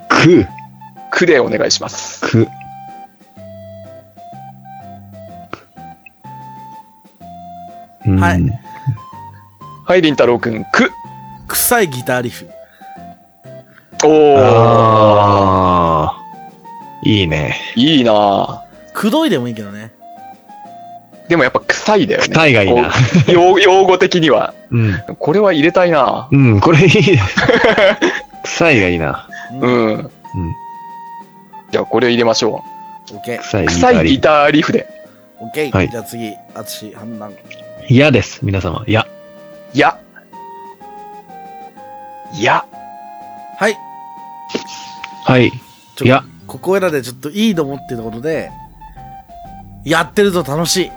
Speaker 2: く、
Speaker 3: くでお願いします。
Speaker 2: く。うん
Speaker 1: はい。
Speaker 3: はい、りんたろうくん、く。
Speaker 1: 臭いギターリフ。
Speaker 3: おー。
Speaker 2: あーいいね。
Speaker 3: いいな
Speaker 1: くどいでもいいけどね。
Speaker 3: ぁ。でもやっぱ臭いだよね。
Speaker 2: 臭いがいいな
Speaker 3: こう。用用語的には。
Speaker 2: うん。
Speaker 3: これは入れたいな
Speaker 2: うん、これい いね。臭いがいいな。
Speaker 1: う。
Speaker 3: うんん。じゃあこれ入れましょ
Speaker 1: オッケー。
Speaker 2: 臭
Speaker 3: う。
Speaker 2: い。
Speaker 3: 臭いギ
Speaker 2: タ
Speaker 3: ターリフで。
Speaker 1: オッケー。
Speaker 2: はい
Speaker 1: じゃあ次、あつし判断。
Speaker 2: ー。嫌です、皆様。嫌。
Speaker 3: いや。いや。
Speaker 1: はい。
Speaker 2: はい。
Speaker 1: ちょ
Speaker 2: いや。
Speaker 1: ここらでちょっといいと思ってることで、やってると楽 しい。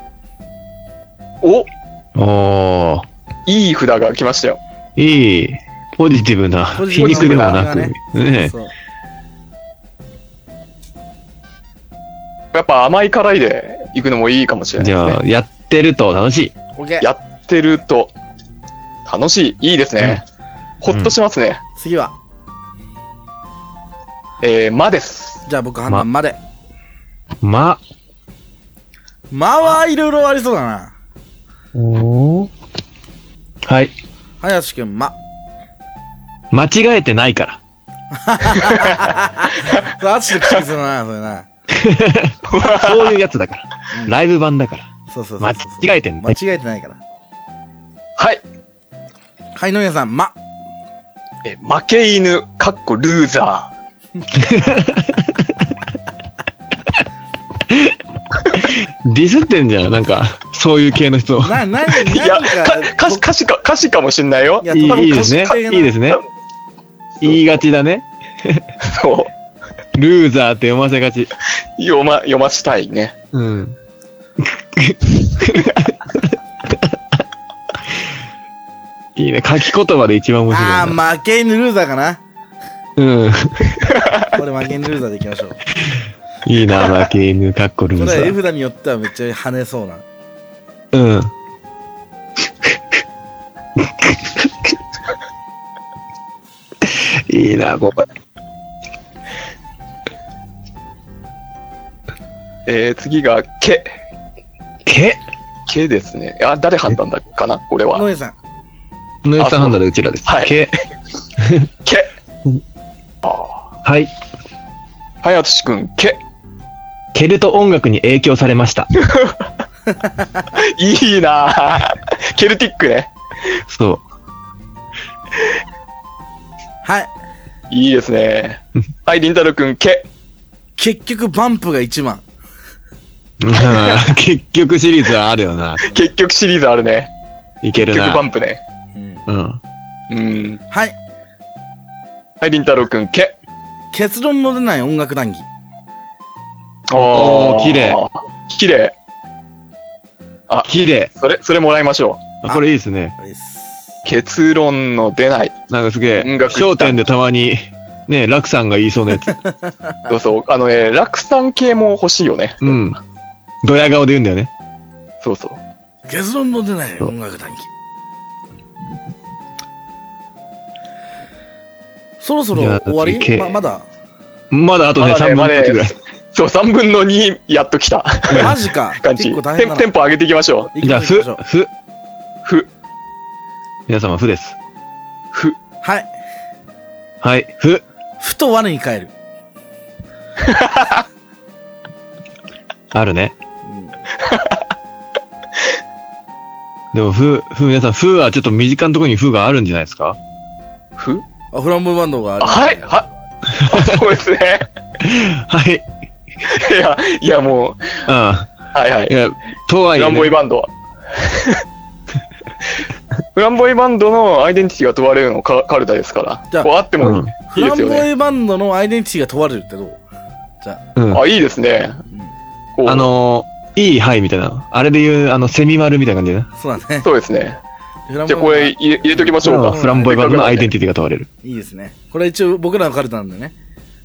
Speaker 3: お
Speaker 2: おー。
Speaker 3: いい札が来ましたよ。
Speaker 2: いい。ポジティブな。
Speaker 1: ポジテ
Speaker 2: 皮
Speaker 1: ィブな
Speaker 2: 肉でもなく。
Speaker 1: ね
Speaker 2: ね
Speaker 1: そう。
Speaker 3: やっぱ甘い辛いで行くのもいいかもしれない
Speaker 2: じ
Speaker 3: ですね
Speaker 2: ゃ。あ、やってると楽しい。
Speaker 1: オッケー。
Speaker 3: やってると、楽しい。いいですね。
Speaker 2: うん
Speaker 3: ほっとしますね。
Speaker 1: 次は、
Speaker 3: えー、まです。
Speaker 1: じゃあ僕判断まで。
Speaker 2: ま。
Speaker 1: まはいろいろありそうだな。
Speaker 2: おーはい。
Speaker 1: 林くん、ま。
Speaker 2: 間違えてないから。
Speaker 1: あちょっと口癖だな、それな。
Speaker 2: そういうやつだ から。ライブ版だから。
Speaker 1: そうそうそう
Speaker 2: 間
Speaker 1: そう。
Speaker 2: 違えてん
Speaker 1: 間
Speaker 2: ね。
Speaker 1: 違えてないから。
Speaker 3: はい。
Speaker 1: はい、野宮さん、ま。
Speaker 3: え、負け犬、かっこルーザ
Speaker 2: ディスってんじゃん。なんか、そういう系の人。
Speaker 1: な、な、なんか、
Speaker 3: ー。いや、か歌詞、歌詞か、歌詞かもしんないよ
Speaker 1: い。や
Speaker 2: い
Speaker 1: 多分
Speaker 2: いいいですね
Speaker 1: 歌詞系。の
Speaker 2: いいですね。言いがちだね。
Speaker 3: そう。
Speaker 2: ルーザーって読ませがち。
Speaker 3: 読ま、読ましたいね。
Speaker 2: うん。 いいね。書き言葉で一番面白
Speaker 1: あ
Speaker 2: いな。
Speaker 1: ー、負けぬルーザーかな。
Speaker 2: うん。
Speaker 1: これ負けぬルーザーでいきまし ょう。こ
Speaker 2: いいな、負け犬、かっこルー
Speaker 1: れ
Speaker 2: ザ
Speaker 1: は絵
Speaker 2: ー。
Speaker 1: 札によってはめっちゃ跳ねそうな。
Speaker 2: うん。 いいな、ここ。
Speaker 3: えー、次が、け。
Speaker 2: け
Speaker 3: けですね。あ、誰判断だかなこれ
Speaker 1: 野
Speaker 3: は。
Speaker 1: 宮さん、
Speaker 2: ノイズさん判断でうちらです。
Speaker 3: はい
Speaker 2: け。
Speaker 3: け。
Speaker 2: はい。
Speaker 3: はやとしくん、け。
Speaker 2: ケルト音楽に影響されました。
Speaker 3: いいなぁ。ケルティックね。
Speaker 2: そ
Speaker 1: はい。
Speaker 3: いいで すね。はい、りんたろうくん、け。
Speaker 1: 結局、バンプが1番。
Speaker 2: う。うん結局シリーズはあるよな。
Speaker 3: 結局シリーズあるね。
Speaker 2: いける
Speaker 3: 結局バ
Speaker 2: な。
Speaker 3: ンプね。
Speaker 1: うん
Speaker 2: うん。
Speaker 3: うん。
Speaker 1: はい。
Speaker 3: はい、りんたろうくん、け。
Speaker 1: 結論の出ない音楽談義。
Speaker 2: おー綺麗。
Speaker 3: 綺麗。
Speaker 2: 綺麗。
Speaker 3: それ、それもらいましょ
Speaker 2: あこれいいですね。
Speaker 1: あれです
Speaker 3: う。結論の出ない。
Speaker 2: なんかすげえ
Speaker 3: 音、楽
Speaker 2: 焦点でたまに、ね、楽さんが言いそうなやつ。
Speaker 3: そうそう。あのね、落胆系も欲しいよね。
Speaker 2: うん。ドヤ顔で言うんだよね。
Speaker 3: そうそう。
Speaker 1: 結論の出ない音楽談義。そろそろ
Speaker 2: いや
Speaker 1: 終わ
Speaker 2: いけ
Speaker 1: りま、まだ
Speaker 2: まだあとね、
Speaker 3: まだ
Speaker 2: 3
Speaker 3: ね
Speaker 2: 分の1ぐらい。
Speaker 3: そう、3分の2、やっと来た
Speaker 1: マジか。
Speaker 3: 感じ。
Speaker 1: 結
Speaker 3: テ
Speaker 1: 構
Speaker 3: ン
Speaker 1: 大変だな
Speaker 3: テン。ポ上げていきましょ
Speaker 1: 行き
Speaker 2: じゃあ、
Speaker 1: まし
Speaker 2: ふ
Speaker 1: ょう。、
Speaker 2: ふ。
Speaker 3: う。ふ、
Speaker 2: 皆様、ふです。
Speaker 3: ふ、
Speaker 1: はい。
Speaker 2: はい、ふ。
Speaker 1: ふと我に返る。
Speaker 2: あるね。でも、ふ、ふ、皆さん、ふはちょっと身近なところにふがあるんじゃないですか
Speaker 3: ふ
Speaker 1: あ、フランボイバンドがある。
Speaker 3: はい、は、そうですね。
Speaker 2: はい。
Speaker 3: いや、いやもう、
Speaker 2: う
Speaker 3: はいはい
Speaker 2: ん。い。や、とはい
Speaker 3: フラ
Speaker 2: え
Speaker 3: ンボイ
Speaker 2: ね、
Speaker 3: バンドは。フランボイバンドのアイデンティティが問われるのかカルタですから。
Speaker 1: じゃあ
Speaker 3: こうあっても
Speaker 2: うん
Speaker 3: い
Speaker 1: フ
Speaker 3: いで
Speaker 1: ラ
Speaker 3: す
Speaker 1: ン
Speaker 3: よ
Speaker 1: ボ
Speaker 3: ね。
Speaker 1: イバンドのアイデンティティが問われるってどう
Speaker 2: うん。
Speaker 3: あ、いいですね。こう
Speaker 2: あ、のー、いいはいみたいなの。あれで言う、あの、セミ丸みたいな感じだな。
Speaker 1: そうだね。
Speaker 3: そうですね。
Speaker 1: フラン
Speaker 3: じゃあ
Speaker 1: ボ
Speaker 3: こ
Speaker 1: イバ
Speaker 3: れ
Speaker 1: ン
Speaker 3: 入れ入れときまし
Speaker 2: そ
Speaker 3: ょう
Speaker 2: う
Speaker 3: か。
Speaker 2: か。フランボイバードのアイデンティティが問われる。
Speaker 1: ドいいですね。これ一応僕らのカルタなんでね。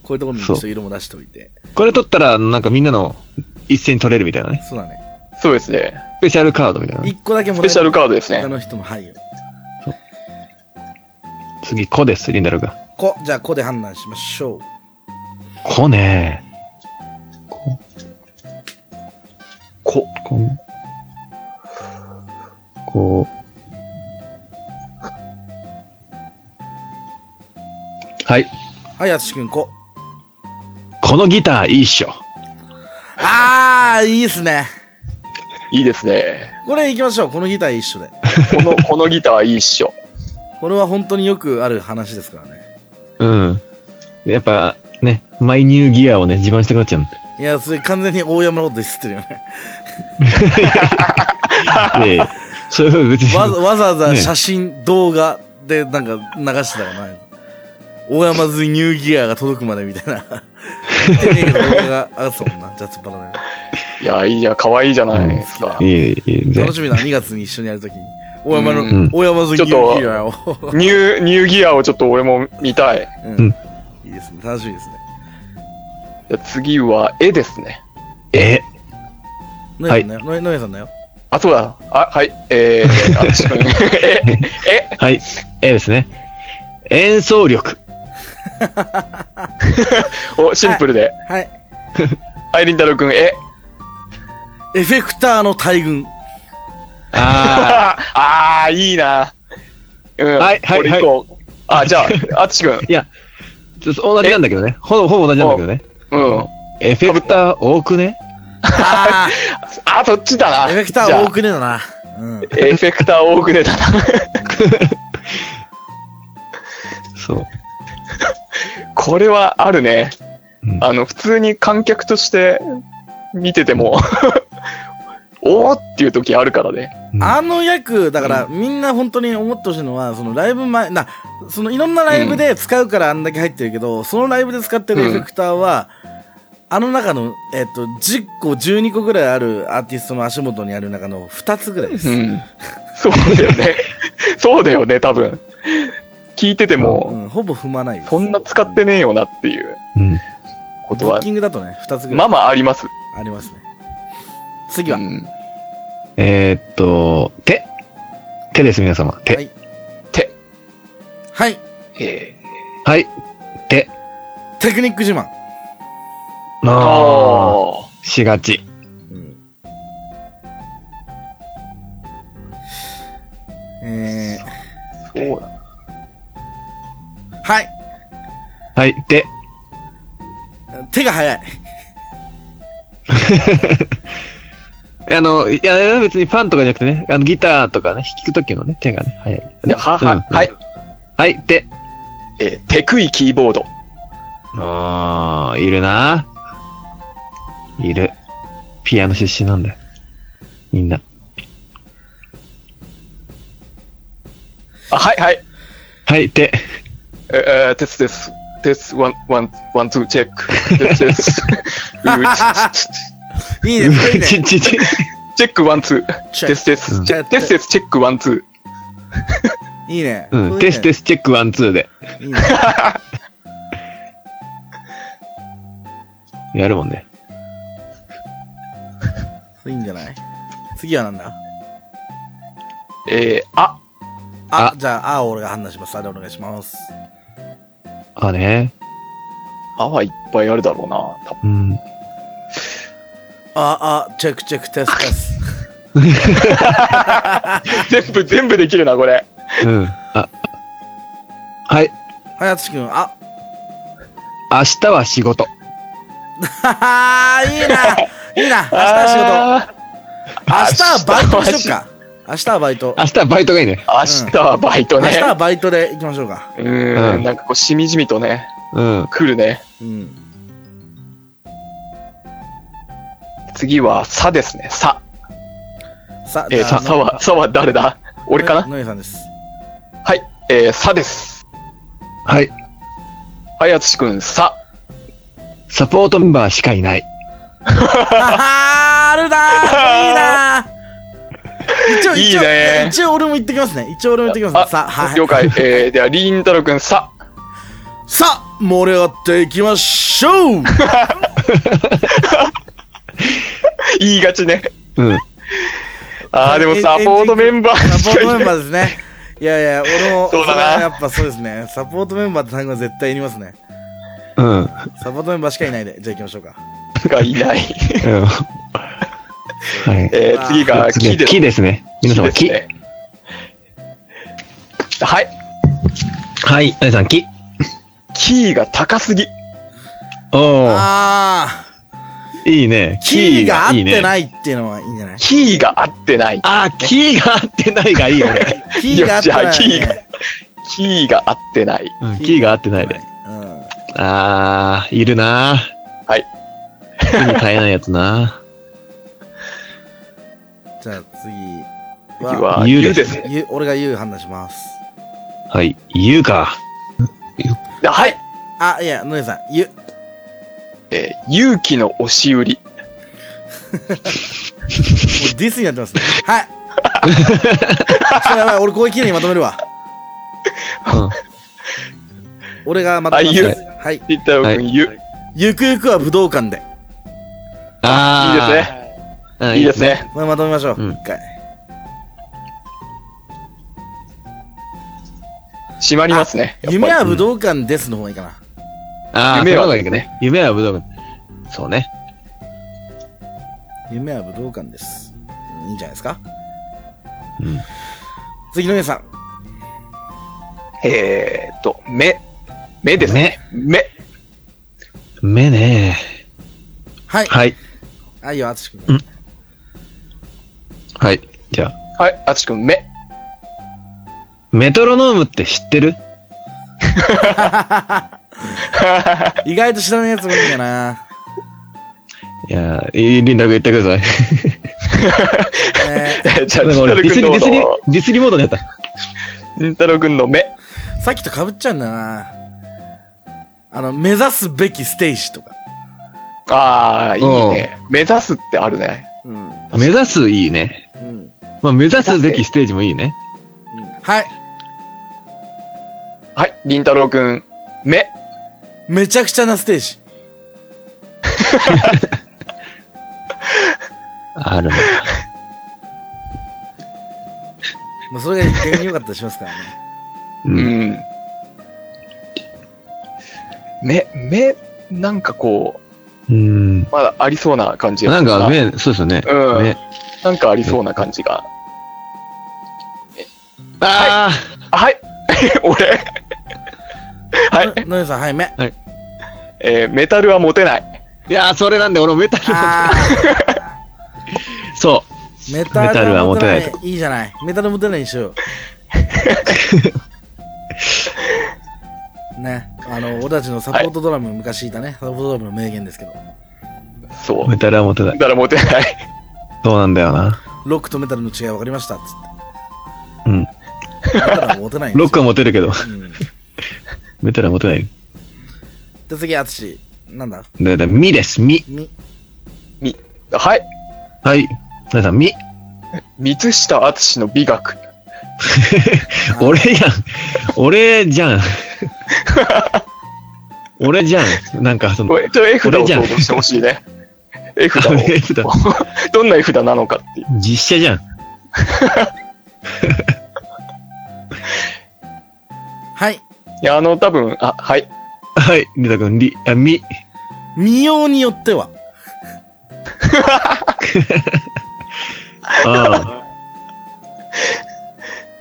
Speaker 1: こういうところにちょっと色も出しておいて。
Speaker 2: これ取ったら、なんかみんなの一斉に取れるみたいなね。
Speaker 1: そうだね。
Speaker 3: ィそうですね。
Speaker 2: スペシャルカードみたいなね。
Speaker 1: 一個だけも
Speaker 3: ス
Speaker 1: らえ
Speaker 3: ペ
Speaker 1: る
Speaker 3: シャルカードですね
Speaker 1: 他。の人のはいよ。
Speaker 2: 次、こです、リンダルが。
Speaker 1: こ、じゃあこで判断しましょう。
Speaker 2: こねこ。
Speaker 3: こ。
Speaker 2: こん。こう。はい。
Speaker 1: はい、やつしくん、こ。
Speaker 2: このギターいいっしょ。
Speaker 1: あー、いいっすね。
Speaker 3: いいですね。
Speaker 1: これ行きましょう。このギター一緒で。
Speaker 3: こ の、このギターいいっしょ。
Speaker 1: これは本当によくある話ですからね。
Speaker 2: うん。やっぱ、ね、マイニューギアをね、自慢したくなっちゃうんだ。
Speaker 1: いや、それ完全に大山のことディスってるよ ね。
Speaker 2: で、そういうふうに別に。
Speaker 1: わざわざわざ
Speaker 2: ね
Speaker 1: 写真、動画でなんか流してたからな。大山津ニューギアが届くまでみたいな。見てねえけど動画があったもんな。ジャズパラだ
Speaker 3: いや、いいじゃん。可愛いじゃないですか
Speaker 2: い。い、いい、
Speaker 1: け
Speaker 2: ね
Speaker 1: 楽しみだ。2月に一緒にやるときに。大山の、
Speaker 2: ん
Speaker 1: 大山津ニューギアを。
Speaker 3: ニュー、ニューギアをちょっと俺も見たい。
Speaker 1: う
Speaker 2: うんん。
Speaker 1: いいですね。楽しみですね。
Speaker 3: じゃあ次は、絵ですね。
Speaker 2: え、
Speaker 1: のえさんだよ。のえのえさんだよ。
Speaker 3: あ、そうだ。あ、はい。えー、 あちょっとえ、え、
Speaker 2: はい。えですね。演奏力。
Speaker 3: お、シンプルで。
Speaker 1: はい。
Speaker 3: はい、りんたろうくん、え。
Speaker 1: エフェクターの大群。
Speaker 2: あ
Speaker 3: ああー、いいな。うん。
Speaker 2: はいはい
Speaker 3: 俺行こう。あ、じゃあ、あつしくん。
Speaker 2: あ、ちょっと同じなんだけどね。ほぼ、ほぼ同じなんだけどね。
Speaker 3: うん。
Speaker 2: エフェクター多くね
Speaker 1: あ
Speaker 3: あ、そっちだ
Speaker 1: あ、
Speaker 3: な。
Speaker 1: エフェクタ
Speaker 3: じゃ
Speaker 1: ー
Speaker 3: あ
Speaker 1: 多くねだな。うん。
Speaker 3: エフェクター多く出た な。
Speaker 2: そう。
Speaker 3: これはあるね
Speaker 2: う。ん
Speaker 3: あの、普通に観客として見てても、 おーっていう時あるからね。
Speaker 2: うん
Speaker 1: あの役、だから、みんな本当に思ってほしいのは、そのライブ前、な、そのいろんなライブで使うからあんだけ入ってるけど、そのライブで使ってるエフェクターは、あの中の、えっと、10個、12個ぐらいあるアーティストの足元にある中の2つぐらいです。
Speaker 3: うん。そうだよ ね。そうだよね、多分。聞いてて
Speaker 1: う
Speaker 3: も、
Speaker 1: ん、ほぼ踏まないです。
Speaker 3: そんな使ってねえよなっていう
Speaker 2: うん。
Speaker 3: こ
Speaker 1: ブ
Speaker 3: とは
Speaker 1: ッ、キングだとね、2つぐ
Speaker 3: ま
Speaker 1: ら
Speaker 3: あ
Speaker 1: い
Speaker 3: まああります。
Speaker 1: ありますね。次
Speaker 3: う
Speaker 1: は、
Speaker 3: ん。
Speaker 2: えーっと、手。手です、皆様。手。
Speaker 1: は
Speaker 2: はいい。
Speaker 1: はい、
Speaker 3: えー
Speaker 2: 手。
Speaker 1: テクニック自慢。
Speaker 2: ああ。
Speaker 3: あ
Speaker 2: しがち。
Speaker 1: うんえ
Speaker 3: ー。そうだ。
Speaker 1: ー、はい、
Speaker 2: はい、手。
Speaker 1: 手が早い。
Speaker 2: あの、いや、いや別にファンとかじゃなくてね、あの、ギターとかね、弾くときのね、手がね、早い。
Speaker 3: では、は、
Speaker 2: うん
Speaker 3: はい。。
Speaker 2: はい、手。
Speaker 3: えー、テクイキーボード。
Speaker 2: ああ、いるな。いる。ピアノ出身なんだよ。みんな。
Speaker 3: あ、はい、はい。
Speaker 2: はい、手。
Speaker 3: えーえー、テステス。テス、ワン、ワン、ワン、ツー、チェック。テス、テス。
Speaker 1: いいね、いいね。
Speaker 2: ちちち。
Speaker 3: チェック、ワン、ツー。
Speaker 1: チェ
Speaker 3: テ
Speaker 1: ッ
Speaker 3: ス、テス。
Speaker 2: うん
Speaker 3: チェテス、テス、チェック、ワン、ツー。
Speaker 1: クいいね。
Speaker 2: うん。テステ
Speaker 1: ス。
Speaker 2: スチェックワンツーで。
Speaker 1: いいね。
Speaker 2: やるもんね。
Speaker 1: いいんじゃない次はなんだ
Speaker 3: えー、あ、
Speaker 1: あ
Speaker 2: あ、
Speaker 1: じゃあ、あ、俺が判断します。あれお願いします。
Speaker 2: あね。
Speaker 3: あはいっぱいあるだろうな。多分
Speaker 2: うん。
Speaker 1: あ、あ、チェックチェックテステス。
Speaker 3: 全部、全部できるな、これ。
Speaker 2: うん。あ。はい。
Speaker 1: はやつしくん、あ、
Speaker 2: 明日は仕事。
Speaker 1: ははーいい ないいな明日は
Speaker 3: あ
Speaker 1: 仕事明日はバイトにしよっか明日はバイト。
Speaker 2: 明日はバイトがいいね。
Speaker 3: ー明日はバイト
Speaker 1: 明
Speaker 3: ね
Speaker 1: 日。はバイトで行きましょうか。
Speaker 3: うー、
Speaker 2: うんん
Speaker 3: なんかこう、しみじみとね、
Speaker 2: うん。
Speaker 3: 来るね。
Speaker 1: うん。
Speaker 3: 次は、さですね。さ。
Speaker 1: さ、
Speaker 3: えー、さ、さは、さは誰だ俺かな
Speaker 1: のえさんです。
Speaker 3: はい。えー、さです。
Speaker 2: はい。
Speaker 3: はい、あつしくん、さ。
Speaker 2: サポートメンバーしかいない。
Speaker 1: ははーある なーいいなー一応、一応、
Speaker 3: いいね
Speaker 1: 一応俺も言ってきますね。一応俺も言ってきますね。さ、はい。
Speaker 3: 了解。えー、では、りんたろくん、さ。
Speaker 1: さあ、盛り上がっていきましょう
Speaker 3: 言いがちね。
Speaker 2: うん。
Speaker 3: あー、でも、サポートメンバー
Speaker 1: サ
Speaker 3: し
Speaker 1: ポー
Speaker 3: かい
Speaker 1: トメン
Speaker 3: ない。
Speaker 1: バーですね。いやいや、俺も、
Speaker 3: そうだな
Speaker 1: れはやっぱそうですね。サポートメンバーって単語は絶対いりますね。
Speaker 2: うん。うん。
Speaker 1: サポートメンバーしかいないで。じゃあ行きましょうか。
Speaker 3: がいない。
Speaker 2: はい。
Speaker 3: えー、次が、
Speaker 2: 次
Speaker 3: きです。
Speaker 2: 木ですね。皆様、
Speaker 3: 木
Speaker 2: 木。
Speaker 3: ですね。はい。
Speaker 2: はい。皆さん、木。
Speaker 3: キーが高すぎ。
Speaker 2: おー。
Speaker 1: あー、
Speaker 2: いいね。
Speaker 1: キーが合って
Speaker 2: い。
Speaker 1: ないっていうのはいいんじゃない
Speaker 3: キーが合ってない。
Speaker 2: あー、キーが合ってないがいいよね。
Speaker 1: キーが合ってない、
Speaker 3: よ
Speaker 1: ね。
Speaker 3: っしゃキーがキーが合ってない。
Speaker 2: うん、キーが合ってないで。
Speaker 1: うん。
Speaker 2: あー、いるな
Speaker 3: はい。
Speaker 2: 手に変えないやつな
Speaker 1: じゃあ次
Speaker 3: 次
Speaker 1: は、
Speaker 3: は、
Speaker 2: ゆ
Speaker 3: ゆ
Speaker 2: で
Speaker 3: ですすね。
Speaker 1: ゆ俺が言う判断します。
Speaker 2: はい。言うか。
Speaker 3: はい。
Speaker 1: あ、いや、のえさん、ゆ。
Speaker 3: えー勇気の押し売り。
Speaker 1: もうディスになってますね。はい。ちょっとやばい、俺こういうきれいにまとめるわ。
Speaker 2: うん。
Speaker 1: 俺がまとめます。
Speaker 3: あゆ
Speaker 1: はい。
Speaker 3: りんたろうく
Speaker 2: は
Speaker 3: ん、ゆ。いい
Speaker 1: ゆくゆくは武道館で。
Speaker 2: あー。
Speaker 3: ですね。
Speaker 2: うん。
Speaker 3: いいです。ね。
Speaker 1: これまとめましょう。一、
Speaker 2: うん
Speaker 1: 回。
Speaker 3: 閉まりますね。やっぱり
Speaker 1: 夢は武道館ですの方がいいかな。
Speaker 2: ああ、
Speaker 3: 夢は
Speaker 2: そうだけどね。夢は武道館。そうね。
Speaker 1: 夢は武道館です。いいんじゃないですか
Speaker 2: うん。
Speaker 1: 次の皆さん。
Speaker 3: えーっと、目。目ですね。目。
Speaker 2: 目ね。
Speaker 1: はい。
Speaker 2: はい。
Speaker 1: はいよ、あつしくん。
Speaker 2: はい。じゃあ、
Speaker 3: はい、あつしくん、目。
Speaker 2: メトロノームって知ってる
Speaker 1: 意外と知らないやつもいるんだな。
Speaker 2: いやー、いい、リンダ君言ってください。
Speaker 1: ね
Speaker 3: じゃあ、
Speaker 2: なんか
Speaker 3: りんたろ
Speaker 2: 俺、デ
Speaker 3: う
Speaker 2: ィ
Speaker 3: く
Speaker 2: ス
Speaker 3: ん
Speaker 2: リ、デ
Speaker 3: の
Speaker 2: ィスリ
Speaker 3: 方、
Speaker 2: ディスリモードになった。
Speaker 3: りんたろうくんの目。
Speaker 1: さっきと被っちゃうんだよな。あの、目指すべきステージとか。
Speaker 3: ああ、いいね。目指すってあるね。
Speaker 1: うん。うん。
Speaker 2: 目指すいいね。
Speaker 1: うん。
Speaker 2: まあ、目指すべきステージもいいね。
Speaker 1: はい。
Speaker 3: はい、りんたろうくん、目。
Speaker 1: めちゃくちゃなステージ。
Speaker 2: あるね。
Speaker 1: もうそれが逆に良かったりしますからね。
Speaker 2: う。
Speaker 3: うんん。目、目、なんかこ
Speaker 2: うん
Speaker 3: う、。まだありそうな感じが
Speaker 2: なんか、目、そうですよね。
Speaker 3: うん
Speaker 2: 目。
Speaker 3: なんかありそうな感じが。
Speaker 2: あ
Speaker 3: あはい 俺はい、
Speaker 1: のりさん、はい、 目。
Speaker 3: えーメタルは持てない。
Speaker 2: ーいやー、それなんで俺メタル
Speaker 1: あ
Speaker 2: そ
Speaker 1: ー、メタル
Speaker 2: メタルは持てない。
Speaker 1: 持ていいじゃない。メタル持てないにしよう。ね。あの、俺たちのサポートドラム、昔いたね。サポートドラムの名言ですけど。
Speaker 3: そう
Speaker 2: メ
Speaker 3: う。
Speaker 2: タルは持てない。
Speaker 3: だから持てない。
Speaker 2: そうなんだよな。
Speaker 1: ロックとメタルの違い分かりましたっつって。
Speaker 2: うん
Speaker 1: メタルは持てないんで
Speaker 2: ロッ
Speaker 1: す
Speaker 2: ク
Speaker 1: よ。
Speaker 2: は持てるけど、
Speaker 1: う ん。
Speaker 2: メタルは持てない。
Speaker 1: で、次、あつし。なんだ
Speaker 2: だから、みです、み。
Speaker 1: み、
Speaker 3: はい。
Speaker 2: はい。皆さん、み。
Speaker 3: 三下敦の美学。
Speaker 2: 俺やん。俺じゃん。俺じゃん。なんか、その
Speaker 3: こ、れ、ちょ、絵札
Speaker 2: これ
Speaker 3: を
Speaker 2: じゃん
Speaker 3: 想像してほしいね。 絵札を。
Speaker 2: 絵札
Speaker 3: どんな絵札なのかっていう。
Speaker 2: 実写じゃん。
Speaker 1: はい。
Speaker 3: いや、あの、多分、あ、はい。
Speaker 2: はい、リタ君、り、あ、み。
Speaker 1: 見ようによっては。
Speaker 2: ああ。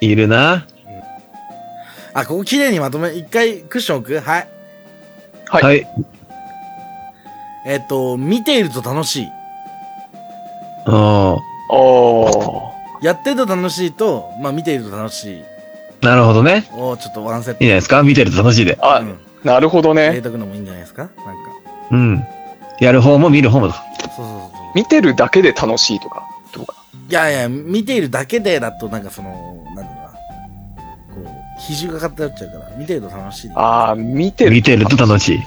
Speaker 2: いるな。
Speaker 1: あ、ここ綺麗にまとめ、一回クッション置くはい。
Speaker 3: はい
Speaker 2: はい。
Speaker 1: えっ、と、見ていると楽しい。
Speaker 2: あ
Speaker 3: おー。
Speaker 1: やってると楽しいと、まあ見ていると楽しい
Speaker 2: あ。なるほどね。
Speaker 1: をちょっとワンセット
Speaker 2: いいじゃないですか見てると楽しいで。
Speaker 3: あ、
Speaker 1: うん、
Speaker 3: なるほど
Speaker 1: 入れ
Speaker 3: ね。
Speaker 1: とくのもいいんじゃないですかなんか。
Speaker 2: うん。やる方も見る方もだ。
Speaker 1: そうそうそう。
Speaker 3: 見てるだけで楽しいとか、どうか。
Speaker 1: いやいや、見ているだけでだと、なんかその、なんだろうな。こう、比重がかかってっちゃうから、見ていると楽しいで。
Speaker 3: あー、見てる。
Speaker 2: 見てると楽しい。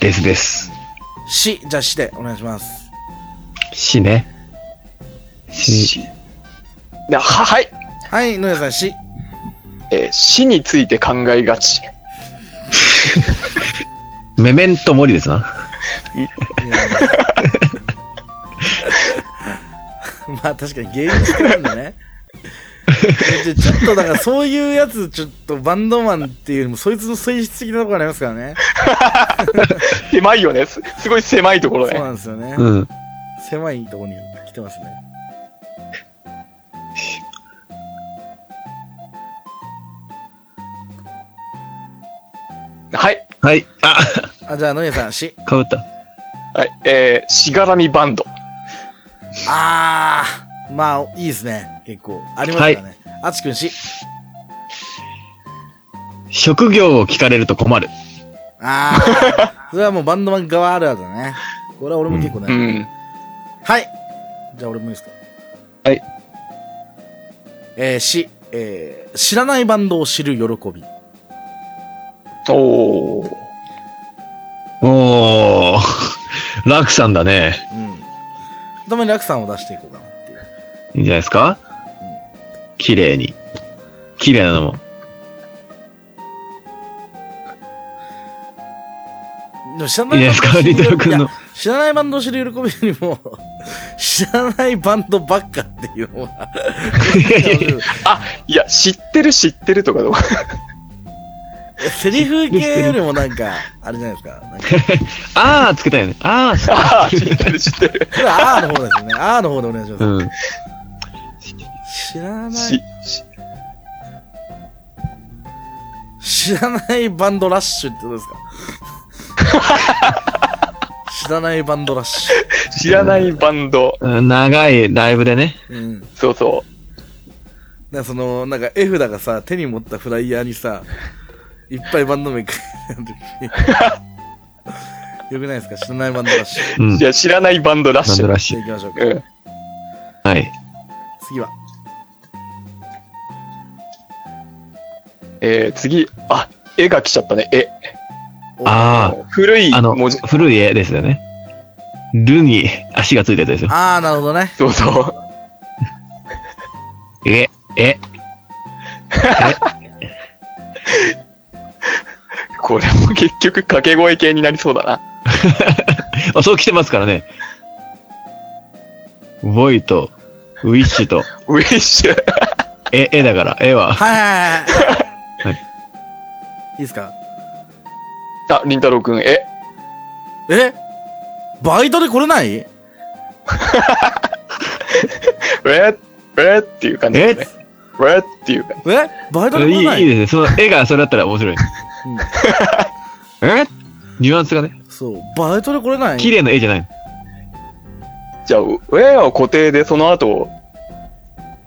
Speaker 2: ですです。
Speaker 1: し、じゃあして、お願いします。
Speaker 2: しね。し。
Speaker 3: なは、はい。
Speaker 1: はい、野谷さん、し。
Speaker 3: えー死について考えがち。
Speaker 2: メメントモリですな。
Speaker 1: いやいや まあ確かに芸人してるんだね。ちょちょっとだからそういうやつ、ちょっとバンドマンっていうよりも、そいつの性質的なところありますからね。
Speaker 3: 狭いよね。すすごい狭いところ
Speaker 1: そう
Speaker 3: ね。
Speaker 1: なんですよね。
Speaker 2: うん。
Speaker 1: 狭いところに来てますね。
Speaker 3: はい。
Speaker 2: はい。あ、
Speaker 1: あ、じゃあ野谷さん、し。
Speaker 2: かぶった。
Speaker 3: はい。えーしがらみバンド。
Speaker 1: あー、まあいいですね。結構。ありますからね。あちくん、し。
Speaker 2: 職業を聞かれると困る。
Speaker 1: あ ー、それはもうバンドマン側あるあるだね。これは俺も結構ね。
Speaker 3: うん。
Speaker 1: はい。じゃあ俺もいいですか。
Speaker 2: はい。
Speaker 1: えー、し、えー、知らないバンドを知る喜び。
Speaker 3: おー。
Speaker 2: おー。楽さんだね。
Speaker 1: うん。たまに楽さんを出していこうかなっていう。
Speaker 2: いいんじゃないですか綺麗に。綺麗なのも。
Speaker 1: でも知ら
Speaker 2: いいですかリトル君
Speaker 1: い
Speaker 2: の
Speaker 1: や。知らないバンドを知る喜びよりも、知らないバンドばっかっていうのが。
Speaker 2: いやいや
Speaker 3: いや、知ってる知ってるとかどうか。
Speaker 1: セリフ系よりもなんか、あれじゃないですか。なんか
Speaker 2: あーつけたよね。あー、
Speaker 3: ああ、知ってる知ってる。
Speaker 1: これ R の方ですよね。R の方でお願いします。
Speaker 2: うん。
Speaker 1: 知らな
Speaker 3: し
Speaker 1: い、、
Speaker 3: し
Speaker 1: 知らないバンドラッシュってどうですか 知らないバンドラッシュ。
Speaker 3: 知らないバンド。
Speaker 2: うん長いライブでね。
Speaker 1: うん。
Speaker 3: そうそ
Speaker 1: なんかその、なんか絵札がさ、手に持ったフライヤーにさ、いっぱいバンド名書いてある 時よくないですか知らないバンドラッシュ。
Speaker 2: う
Speaker 3: う。
Speaker 2: ん。
Speaker 3: い
Speaker 2: バ
Speaker 3: や、知らないバンドら
Speaker 2: ン
Speaker 3: しい
Speaker 2: ド。らし
Speaker 1: じゃ
Speaker 2: い
Speaker 1: あ。行きましょうか。
Speaker 3: うん。
Speaker 2: はい。
Speaker 1: 次は。
Speaker 3: えー、次、あ、絵が来ちゃったね、絵。
Speaker 1: お
Speaker 2: あ
Speaker 3: 古い
Speaker 2: あの
Speaker 3: 文字、、
Speaker 2: 古い絵ですよね。ルに足がついたやつですよ。
Speaker 1: あー、なるほどね。
Speaker 3: そうそう。
Speaker 2: え、え、
Speaker 3: これも結局掛け声系になりそうだな。
Speaker 2: あ、そう来てますからね。ボイと、ウィッシュと、
Speaker 3: ウィッシュ。
Speaker 2: え、えだから、えは。
Speaker 1: はいはいはいは。
Speaker 2: はいい
Speaker 1: いいですか
Speaker 3: あ、りんたろうくん、絵。
Speaker 1: えバイトで来れない
Speaker 3: ええっていう感じですね。えっていう感じ。
Speaker 1: えバイトで
Speaker 2: いい、
Speaker 1: 来
Speaker 2: い
Speaker 1: れない
Speaker 2: いですね。その絵がそれだったら面白い。えニュアンスがね、
Speaker 1: そう、バイトで来れない
Speaker 2: 綺麗な絵じゃないの。
Speaker 3: じゃあ、えは固定で、その後、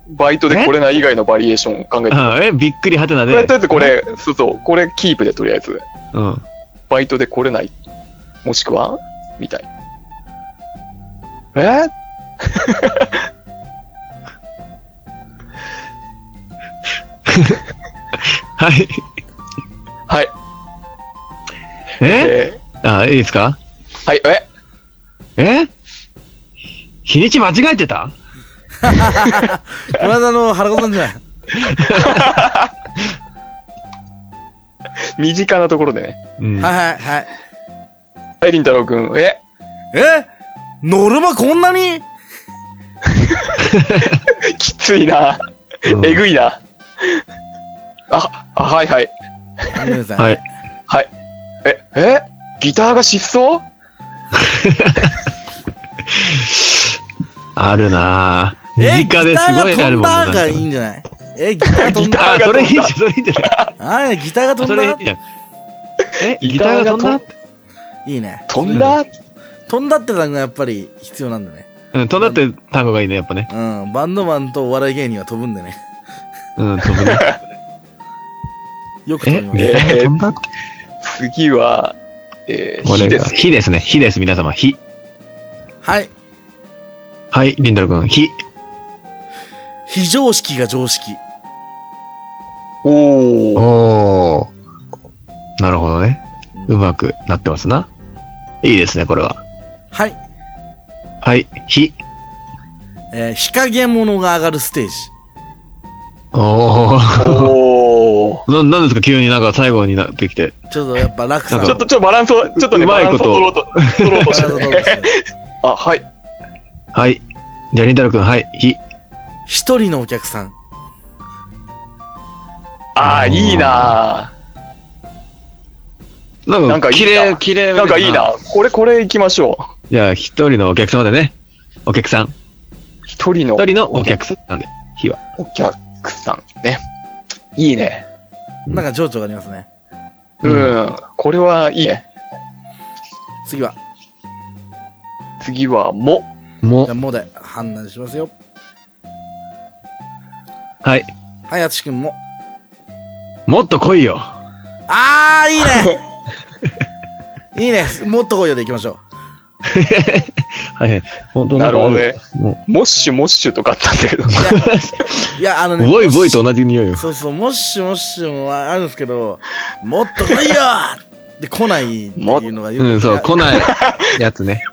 Speaker 3: バイトでこれない以外のバリエーション考えて。
Speaker 2: あえ、びっくりはてな
Speaker 3: と
Speaker 2: で。
Speaker 3: りあえずこれ、そうそう、これキープでとりあえず。
Speaker 2: うん。
Speaker 3: バイトで来れない。もしくはみたい。え
Speaker 2: はい。
Speaker 3: はい。
Speaker 2: え
Speaker 3: え
Speaker 2: あ、いいですか
Speaker 3: ーはい、え
Speaker 2: え日にち間違えてた
Speaker 1: この間の原子さんじゃない。
Speaker 3: 身近なところでね。
Speaker 2: うん。
Speaker 1: はいはいはい。
Speaker 3: はい、りんたろうくん、え
Speaker 1: えノルマこんなに
Speaker 3: きついな。
Speaker 2: うん
Speaker 3: えぐいな。あ、あ、はいはい。
Speaker 1: ごめんなさい。
Speaker 2: はい。
Speaker 3: はい。え、えギターが失踪
Speaker 2: あるなぁ。
Speaker 1: え、
Speaker 2: 身
Speaker 1: ギタ
Speaker 2: 近
Speaker 1: ー
Speaker 2: です
Speaker 1: が
Speaker 2: ごいな
Speaker 1: 飛
Speaker 2: る
Speaker 1: ん
Speaker 2: もん
Speaker 1: だ
Speaker 2: なん
Speaker 1: が
Speaker 2: か
Speaker 1: いいんじゃないえ、ギター飛んだ
Speaker 2: あ、それいいじゃん、それいいんじゃない。
Speaker 1: あー、ギターが飛
Speaker 2: そ
Speaker 1: ん
Speaker 2: れい
Speaker 1: だ
Speaker 2: いじゃん。え、ギターが飛んだ
Speaker 1: いいね。
Speaker 3: 飛んだ
Speaker 1: 飛んだって単語がやっぱり必要なんだね。
Speaker 2: うん、飛んだって単語がいいね、やっぱね。
Speaker 1: うん、バンドマンとお笑い芸人は飛ぶんでね。
Speaker 2: うん、飛ぶね。
Speaker 1: よく飛び
Speaker 2: え、
Speaker 1: ます。
Speaker 2: ギターが飛んだ
Speaker 3: 次は、えー、
Speaker 2: こ
Speaker 3: 火
Speaker 2: れ
Speaker 3: で
Speaker 2: が
Speaker 3: す。
Speaker 2: 火ですね。火です、皆様。火。
Speaker 1: はい。
Speaker 2: はい、りんたろくん。火。
Speaker 1: 非常識が常識。
Speaker 3: おー。
Speaker 2: おー。なるほどね。うまくなってますな。いいですね、これは。
Speaker 1: はい。
Speaker 2: はい、火。
Speaker 1: えー、日陰者が上がるステージ。
Speaker 2: おー。
Speaker 3: お ー。
Speaker 2: な、なんですか、急になんか最後になってきて。
Speaker 1: ちょっとやっぱ落
Speaker 2: な
Speaker 1: 差
Speaker 2: んか
Speaker 3: ちょっと、ちょっとバランスを、ちょっとね、
Speaker 2: う
Speaker 3: バ
Speaker 2: まい
Speaker 3: ランス
Speaker 2: こ
Speaker 3: を
Speaker 2: と
Speaker 3: 取ろうと、取ろうとしてる、ね。
Speaker 1: 一
Speaker 3: あ、はい。
Speaker 2: はい。じゃあ、りんたろくん、はい、火。
Speaker 1: 人のお客さん。
Speaker 3: あー、いいな
Speaker 2: なん
Speaker 3: なんか
Speaker 2: か、
Speaker 3: いい
Speaker 2: 綺
Speaker 3: な
Speaker 2: 麗、綺麗。
Speaker 3: ーなんかいいな。これ、これ行きましょ
Speaker 2: じゃあ、一人のお客様でね。お客さん。
Speaker 3: う。一人の
Speaker 2: 一人のお客さんなんで、火は。
Speaker 3: お客さんね。いいね。
Speaker 2: うん
Speaker 1: なんか情緒がありますね。
Speaker 3: う
Speaker 2: うん
Speaker 3: ん。これはいいね。
Speaker 1: 次は、
Speaker 3: 次は、も。
Speaker 2: も
Speaker 1: じゃあ、もで判断しますよ。
Speaker 2: う、はい。
Speaker 1: はい、あつしくんも。
Speaker 2: もっと来いよ。
Speaker 1: あー、いい ねいいねもっと来いよでいきましょ
Speaker 2: はいはい。本当
Speaker 3: なるほどね。
Speaker 2: も
Speaker 3: モッシュ、モッシュとかあったんだけど。
Speaker 1: う。いや、あの
Speaker 2: う
Speaker 1: ね。
Speaker 2: ボイボイと
Speaker 1: も
Speaker 2: 同じ匂いよ
Speaker 1: し。そうそう、もっしゅもっしゅもあるんですけど、もっと来いよで、来ないっていうのがよく。
Speaker 2: うん、そう、
Speaker 1: いや
Speaker 2: 来ないやつね。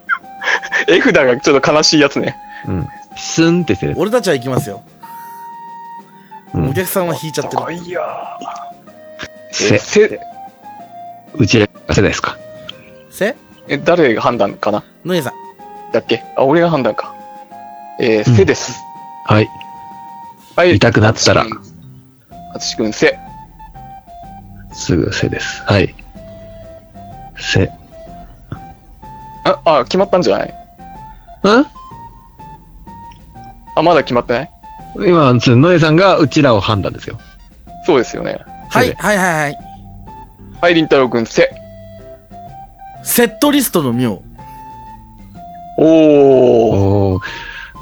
Speaker 3: 絵札がちょっと悲しいやつね。
Speaker 2: うん。スンってしてる。
Speaker 1: 俺たちは行きますよ。
Speaker 2: うん
Speaker 1: お客さんは引いちゃってる。
Speaker 3: いやー。
Speaker 2: せ、
Speaker 3: え、せ、
Speaker 2: うちらが世代ですか。
Speaker 1: せ
Speaker 3: え、誰が判断かな
Speaker 1: のえさん。
Speaker 3: だっけあ、俺が判断か。えー、
Speaker 2: うん
Speaker 3: せです。
Speaker 2: はい。
Speaker 3: はい。
Speaker 2: 痛くなったら
Speaker 3: あつしくん。あつしくん、せ。
Speaker 2: すぐせです。はい。せ。ん
Speaker 3: あ、あ、決まったんじゃないあ、まだ決まってない
Speaker 2: 今、つのえさんがうちらを判断ですよ。
Speaker 3: そうですよね。
Speaker 1: はい、はい、はい、はい。
Speaker 3: はい、りんたろうくん、せ。
Speaker 1: セットリストの妙。
Speaker 3: おー。
Speaker 2: おお。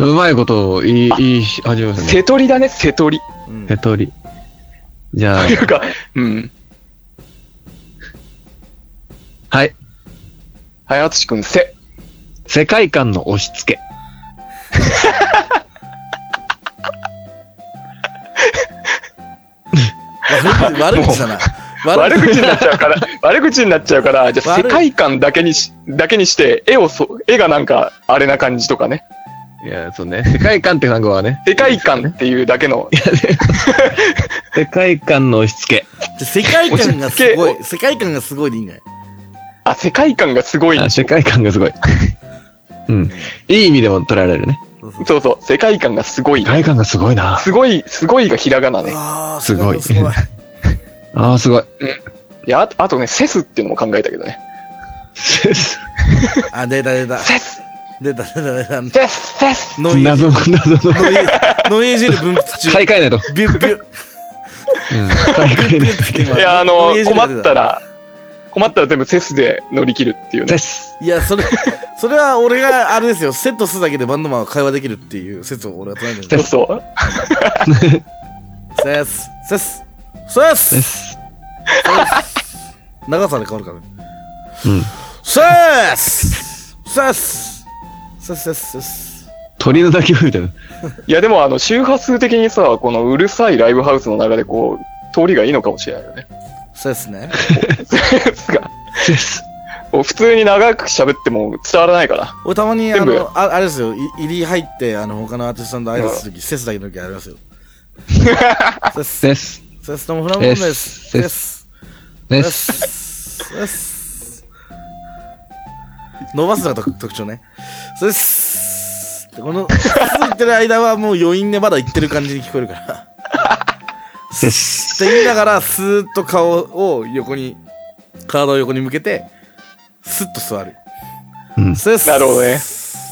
Speaker 2: うまいことを言い、言い始めました
Speaker 3: せ
Speaker 2: ね。
Speaker 3: とりだね、せとり。
Speaker 1: うん
Speaker 2: せとり。じゃあ
Speaker 3: と、いうか、うん。
Speaker 2: はい。
Speaker 3: はい、あつしくん、せ。
Speaker 2: 世界観の押し付け。
Speaker 1: 悪い悪口だな。悪
Speaker 3: 悪
Speaker 1: 口
Speaker 3: 口になっちゃうから、悪口になっちゃうから、じゃあ
Speaker 1: 悪い
Speaker 3: 世界観だけにし、だけにして、絵をそ、絵がなんか、あれな感じとかね。
Speaker 2: いや、そうね。 世界観って単語はね。
Speaker 3: 世界観っていうだけの、
Speaker 2: 世界観の押し付け。
Speaker 1: じゃ世界観がすご
Speaker 3: 落ち着
Speaker 1: い。世界観がすごいでいいんじゃない
Speaker 3: あ、世界観がすごいん
Speaker 2: あ
Speaker 3: でし
Speaker 2: 世
Speaker 3: ょ。
Speaker 2: 界観がすごい。 うん。いい意味でも捉えられるね。
Speaker 1: そうそう
Speaker 3: そうそう、世界観がすごい
Speaker 2: 世。界観がすごいな。
Speaker 3: すごい、すごいがひらがなね。
Speaker 1: ああ、
Speaker 2: すごい
Speaker 1: すごい。
Speaker 2: ああ、すごい。
Speaker 3: いや、あとあとね、セスっていうのも考えたけどね。
Speaker 1: あ、出た出 た。
Speaker 3: セス
Speaker 1: 出た出た出た。
Speaker 3: セスセス
Speaker 1: ノイノイ
Speaker 2: 謎の、 謎の。
Speaker 1: ノイエージェル分泌中。
Speaker 2: 買い替えないと。
Speaker 1: ビュッビュッ。
Speaker 2: うん。買い替えないといけない。
Speaker 3: いや、あの
Speaker 1: ノイエー、ジェルが出
Speaker 3: 困ったら、困ったら全部セスで乗り切るっていうね
Speaker 2: で。す。
Speaker 1: いや、それ、それは俺が、あれですよ、セットするだけでバンドマンは会話できるっていう説を俺は唱えてるん
Speaker 3: そう
Speaker 1: です。
Speaker 3: そう。
Speaker 1: セス、セス、セスセ
Speaker 2: で
Speaker 1: ス
Speaker 2: す。
Speaker 1: 長さで変わるからね。
Speaker 2: うん。
Speaker 1: セスセスセスセスセス。
Speaker 2: 鳥の鳴き声みたいな。
Speaker 3: いや、でも、あの、周波数的にさ、このうるさいライブハウスの中で、こう、通りがいいのかもしれないよね。
Speaker 1: セスね。
Speaker 3: セス が。
Speaker 2: です。
Speaker 3: こう普通に長く喋っても伝わらないから。
Speaker 1: 俺たまに、あ
Speaker 3: 全部
Speaker 1: の、ああれですよ、い入り入って、あの、他のアーティストさんと挨拶するとき、セスだけの時あり ますよ。セス、
Speaker 2: です。
Speaker 1: セスともフランボンです。
Speaker 2: セ
Speaker 1: セ
Speaker 2: ス
Speaker 1: ス。
Speaker 2: で
Speaker 1: よ
Speaker 2: す。
Speaker 1: しよし伸ばすのが特特徴ね。そうです。この、続いてる間はもう余韻でまだ言ってる感じに聞こえ るから。っ
Speaker 2: です。
Speaker 1: て言いながら、スーッと顔を横に、体を横に向けて、スッと座る。
Speaker 2: うん
Speaker 1: そうです。
Speaker 3: なるほどね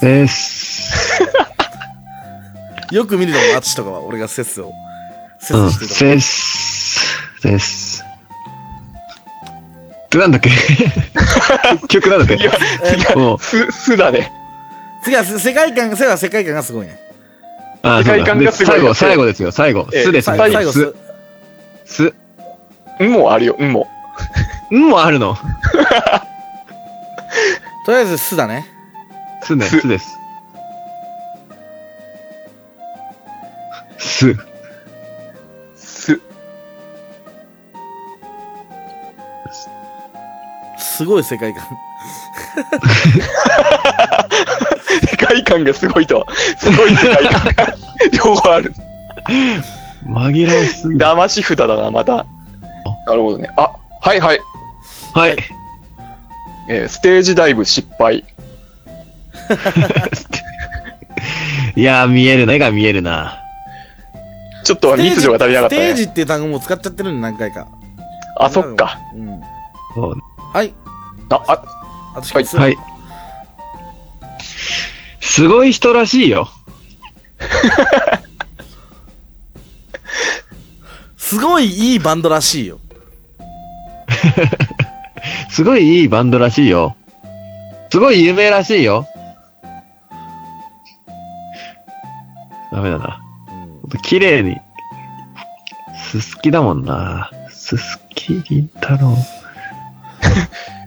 Speaker 2: です。
Speaker 1: よく見るのも、あっちとかは、俺がセスを、セ
Speaker 2: うん
Speaker 1: スしてる。とこ
Speaker 2: です。です。ってなんだっけ 曲なんだっ
Speaker 3: いや、
Speaker 2: け
Speaker 1: えー
Speaker 2: もう、
Speaker 3: す、すだね。
Speaker 1: 次は、せ世界観が、世は世界観がすごいね。
Speaker 2: あー、そう
Speaker 3: 世界
Speaker 2: だ
Speaker 3: 観
Speaker 2: で
Speaker 3: がすごい
Speaker 2: 最後、最後ですよ、最後。
Speaker 3: ええ
Speaker 2: すです
Speaker 1: 最
Speaker 2: ね。
Speaker 1: 後、最後
Speaker 2: す
Speaker 1: す、。
Speaker 2: す。
Speaker 3: んもあるよ、んも。
Speaker 2: んもあるの。
Speaker 1: とりあえず、すだね。
Speaker 2: すね、
Speaker 3: す
Speaker 2: すです。す。
Speaker 3: す。
Speaker 1: すごい世界観。
Speaker 3: 世界観がすごいとは。すごい世界観が両方ある。
Speaker 2: 紛らわしすぎる
Speaker 3: 騙し札だな、また。なるほどね。あ、はいはい。
Speaker 2: はい。
Speaker 3: えーステージダイブ失敗。
Speaker 2: いやー、見えるな。絵が見えるな。
Speaker 3: ちょっとミスジョが足りなかった
Speaker 1: ステージ
Speaker 3: ね。
Speaker 1: っていう単語も使っちゃってるんで何回か。
Speaker 3: あ、そっか。。
Speaker 1: うん。
Speaker 2: そう
Speaker 1: はい。
Speaker 3: あ、あ、
Speaker 1: あと、
Speaker 3: はい
Speaker 2: はい。すごい人らしいよ。
Speaker 1: すごいいいバンドらしいよ。
Speaker 2: すごいいいバンドらしいよ。すごい有名らしいよ。ダメだな。綺麗に。すすきだもんな。すすきりんたろう。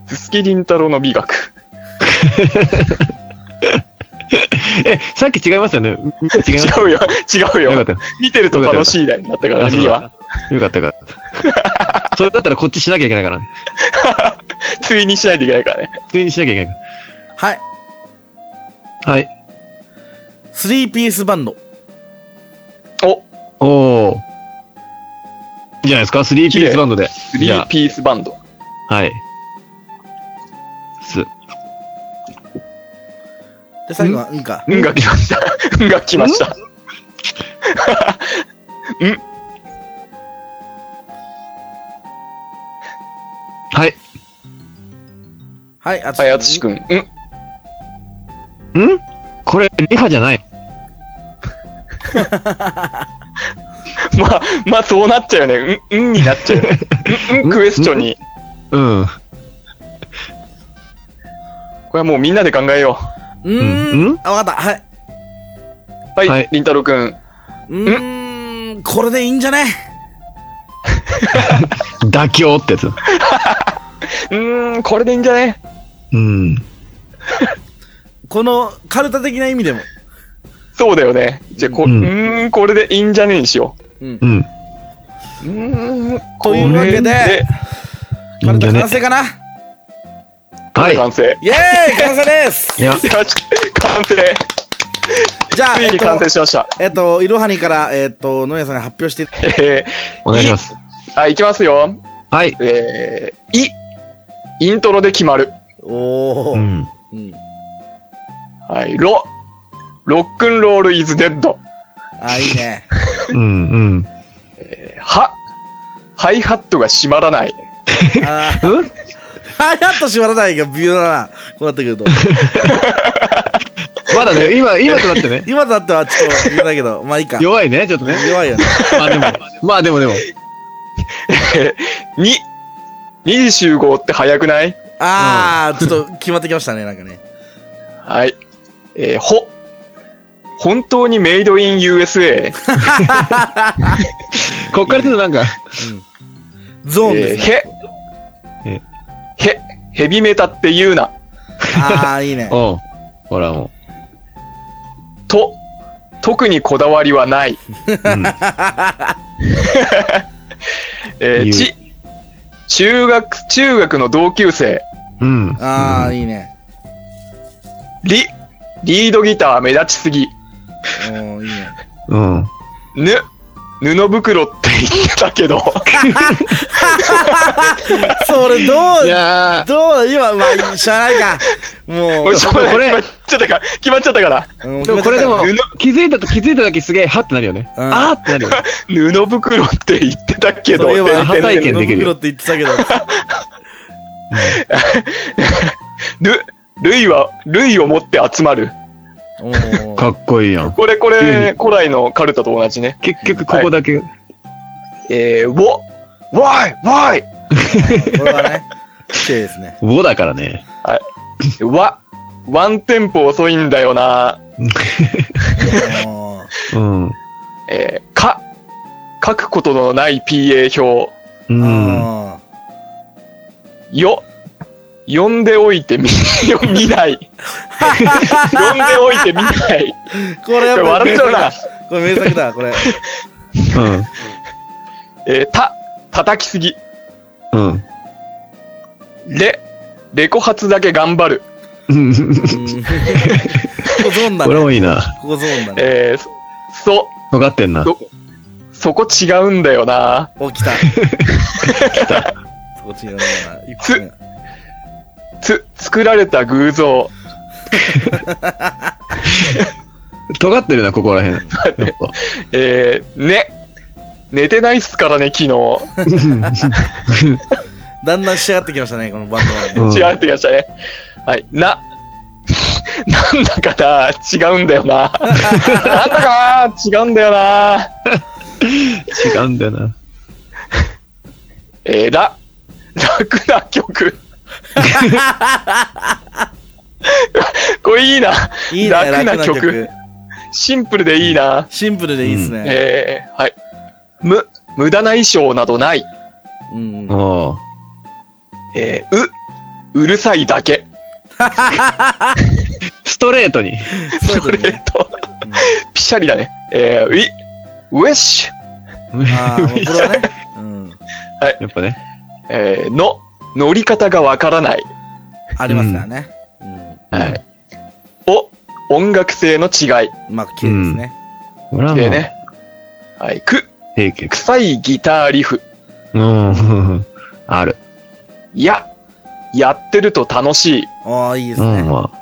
Speaker 3: すすきりんたろうの美学。
Speaker 2: え、さっき違いましたよね。う違いました。
Speaker 3: 違うよ、違う
Speaker 2: よか
Speaker 3: よ
Speaker 2: っ。た。よ
Speaker 3: 見てると楽しいだになったから、次は。
Speaker 2: よかったよかった。それだったらこっちしなきゃいけないからね。
Speaker 3: ついにしないといけないからね。
Speaker 2: 普通にしなきゃいけないか
Speaker 1: はい。
Speaker 2: ら。はい。
Speaker 1: スリーピースバンド。
Speaker 3: お、
Speaker 2: おー。いいじゃないですか。スリーピースバンドで。
Speaker 3: スリ
Speaker 2: じゃあ
Speaker 3: ーピースバンド。
Speaker 2: はい。す。
Speaker 1: で、最後は、うんか。
Speaker 3: うんが来ました。うんが来ました。
Speaker 2: はい。
Speaker 1: はい、あ
Speaker 3: はい、あつしくん。ん
Speaker 2: んこれ、リハじゃない。
Speaker 3: まあ、まあ、そうなっちゃうよね。ん、んになっちゃうよね。ん、んクエスチョンに。
Speaker 2: うん。
Speaker 3: これはもうみんなで考えよ
Speaker 1: うー。
Speaker 2: うん
Speaker 1: あ、わかった。はい。
Speaker 3: う。は
Speaker 2: はいい、
Speaker 3: りんたろうくん。
Speaker 1: うーん、これでいいんじゃね
Speaker 2: 妥協ってやつ。
Speaker 3: うーん、これでいいんじゃね
Speaker 2: うん。
Speaker 1: この、カルタ的な意味でも。
Speaker 3: そうだよね。じゃあ、こ、う
Speaker 2: うん
Speaker 3: ーん、これでいいんじゃねえにしよ
Speaker 1: うん
Speaker 2: う。ん。
Speaker 3: う。うーん、
Speaker 1: というわけで
Speaker 2: い
Speaker 3: これ
Speaker 1: カ
Speaker 2: い
Speaker 1: ル
Speaker 2: んじ
Speaker 1: タ
Speaker 2: ゃね
Speaker 1: 完成かな
Speaker 2: はい。
Speaker 3: 完成。
Speaker 1: イェーイ完成です
Speaker 2: いや、
Speaker 3: よし、完成。
Speaker 1: じゃあ、
Speaker 3: つい
Speaker 1: えっ
Speaker 3: に完成
Speaker 1: と、
Speaker 3: しました。
Speaker 1: えっと、いろはにから、えっと、野谷さんが発表して、
Speaker 3: え
Speaker 2: お願いします。
Speaker 3: ー、あ、いきますよ。
Speaker 2: はい。
Speaker 3: えー、い。イントロで決まる。
Speaker 1: お
Speaker 2: う
Speaker 1: ー。
Speaker 2: ん。
Speaker 1: うん。
Speaker 3: はい、ロ。ロックンロールイズデッド。
Speaker 1: あ、いいね。
Speaker 2: うん、うん。
Speaker 3: は。ハイハットが閉まらない。
Speaker 1: あー
Speaker 2: うん
Speaker 1: は やっと縛らないが微妙だな。こうなってくると。
Speaker 2: まだね、今、今となってね。
Speaker 1: 今となってはちょっと微妙だけど、まあいいか。
Speaker 2: 弱いね、ちょっとね。
Speaker 1: 弱いよね。
Speaker 2: まあでも、まあでもでも。
Speaker 3: に。2時集合って早くない
Speaker 1: あー、ちょっと決まってきましたね、なんかね。
Speaker 3: はい。えー、ほ。本当にメイドイン USA。
Speaker 2: こっからちょっとなんか、
Speaker 1: ゾーン
Speaker 3: えー、
Speaker 1: ですね。
Speaker 3: へ。
Speaker 2: え
Speaker 3: へ。ヘビメタって言うな。
Speaker 1: あー、いいね。
Speaker 2: お うほらも
Speaker 3: と。特にこだわりはない。
Speaker 2: う。うん。言
Speaker 3: えー、
Speaker 2: う
Speaker 3: ち。中学、中学の同級生。
Speaker 2: うん。
Speaker 1: あー、
Speaker 2: うん
Speaker 1: いいね。
Speaker 3: リ。リードギター目立ちすぎ。
Speaker 1: おー、いいね。
Speaker 2: うん。
Speaker 3: ぬ。布袋って言ってたけど。
Speaker 1: それど、
Speaker 2: いうや
Speaker 1: どう、今、まあ、しゃあないか。 もう
Speaker 3: これ、、
Speaker 2: これ
Speaker 3: 決まっちゃったから、決まっちゃったから。
Speaker 1: うん
Speaker 2: ー、でもこれでも
Speaker 3: 布、
Speaker 2: 気づいたと気づいただけすげえ、はってなるよね。
Speaker 1: うん
Speaker 2: あーってなるよね。
Speaker 3: 布袋って言ってたけど。
Speaker 1: そういえば、
Speaker 2: 初体験できる
Speaker 1: 袋って言ってたけど。
Speaker 3: ル、ルイは、ルイを持って集まる。
Speaker 1: おー
Speaker 2: かっこいいやん。
Speaker 3: これ、こ
Speaker 2: う
Speaker 3: れ、古来のカルタと同じね。
Speaker 2: 結局ここだけ。
Speaker 3: えー、wo why, why,
Speaker 1: これはね、綺麗ですね。
Speaker 2: 5だからね。
Speaker 3: わ、ワンテンポ遅いんだよな。
Speaker 1: おー
Speaker 2: うん。うん。
Speaker 3: えー、か、書くことのない PA 表。
Speaker 2: うん。
Speaker 1: あ
Speaker 3: よ、呼んでおいてみ、 よ見ない。呼んでおいて見ない。
Speaker 1: ーこれや
Speaker 3: こ
Speaker 1: っ
Speaker 3: れ
Speaker 1: ぱ
Speaker 3: 笑
Speaker 1: 名
Speaker 3: っちゃ
Speaker 1: 作
Speaker 3: うな
Speaker 1: だ。。これ名作だ、これ。
Speaker 3: えー、た、叩きすぎ。
Speaker 2: うん。
Speaker 3: レ、レコ発だけ頑張る。
Speaker 2: うん。
Speaker 1: うん ここゾーンだ
Speaker 2: これ
Speaker 1: ね。
Speaker 2: もいいな。
Speaker 1: ここゾーンだね。
Speaker 3: えー、そ、そ、
Speaker 2: 尖ってんな。
Speaker 3: どそこ違うんだよな。
Speaker 1: お、来た。そこ違うな。一
Speaker 3: つ
Speaker 1: 発目
Speaker 3: つ、作られた偶像。
Speaker 2: 尖ってるな、ここらへん。やっ ぱ
Speaker 3: えー、ね。寝てないっすからね、昨日。
Speaker 1: だんだん仕上がってきましたね、このバンドはね
Speaker 2: うん
Speaker 3: 違ってきましたね。はい。な。 なんだかな、違うんだよな。なんだかな、違うんだよな。
Speaker 2: 違うんだよな。
Speaker 3: えー、ら、楽な 曲。これいいな。
Speaker 1: いいね、
Speaker 3: 楽
Speaker 1: 楽
Speaker 3: な
Speaker 1: な
Speaker 3: 曲
Speaker 1: 曲。
Speaker 3: シンプルでいいな。
Speaker 1: シンプルでいいですね。
Speaker 3: えー、はい。む、無駄な衣装などない。
Speaker 1: うん。
Speaker 2: おう
Speaker 3: えー、う、うるさいだけ。
Speaker 2: ストレートに。
Speaker 1: そうだ
Speaker 3: それ
Speaker 1: ね。
Speaker 3: と、ぴしゃりだね。えー、ウィ、ウェッシュ、
Speaker 1: ああ、もうこれはね。うん。
Speaker 2: やっぱね。
Speaker 3: えー、の、乗り方がわからない。
Speaker 1: ありますからね。うん。
Speaker 3: はい。お、音楽性の違い。
Speaker 1: まあ、綺麗ですね。
Speaker 2: これはも
Speaker 3: で
Speaker 2: う、
Speaker 3: ね。はい。く、
Speaker 2: 平家。
Speaker 3: 臭いギターリフ。
Speaker 2: うん。ある。
Speaker 3: や、やってると楽しい。
Speaker 1: ああ、いいです
Speaker 2: う
Speaker 1: ね
Speaker 2: ん、。まあ。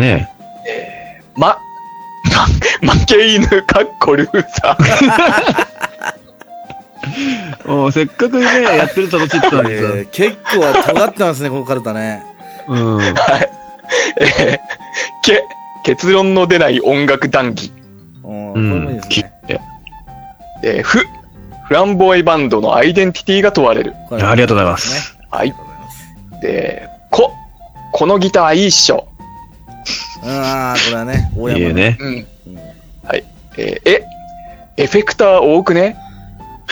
Speaker 2: ね
Speaker 3: ま、ま、負け犬、かっこルーザー。
Speaker 2: もうせっか くね、やってるとこちってたんですよ。
Speaker 1: えー結構尖ってますね、このカルタね。
Speaker 2: うん。
Speaker 3: えーけ、結論の出ない音楽談義。
Speaker 1: うん、これ
Speaker 2: うん
Speaker 1: もいいです
Speaker 2: 切
Speaker 1: ね。
Speaker 2: って。
Speaker 3: えーふ、フランボイバンドのアイデンティティが問われる。
Speaker 1: これ
Speaker 2: ありがとうございます。
Speaker 1: あ
Speaker 3: は
Speaker 1: り
Speaker 3: い
Speaker 1: が。とうございます。
Speaker 3: で、こ、このギターいいっしょ。
Speaker 1: ああ、これはね、大
Speaker 2: い
Speaker 1: 山
Speaker 2: い
Speaker 1: の。
Speaker 2: ね。
Speaker 3: う
Speaker 1: う
Speaker 3: ん。
Speaker 1: ん
Speaker 3: えーえ、エフェクター多くね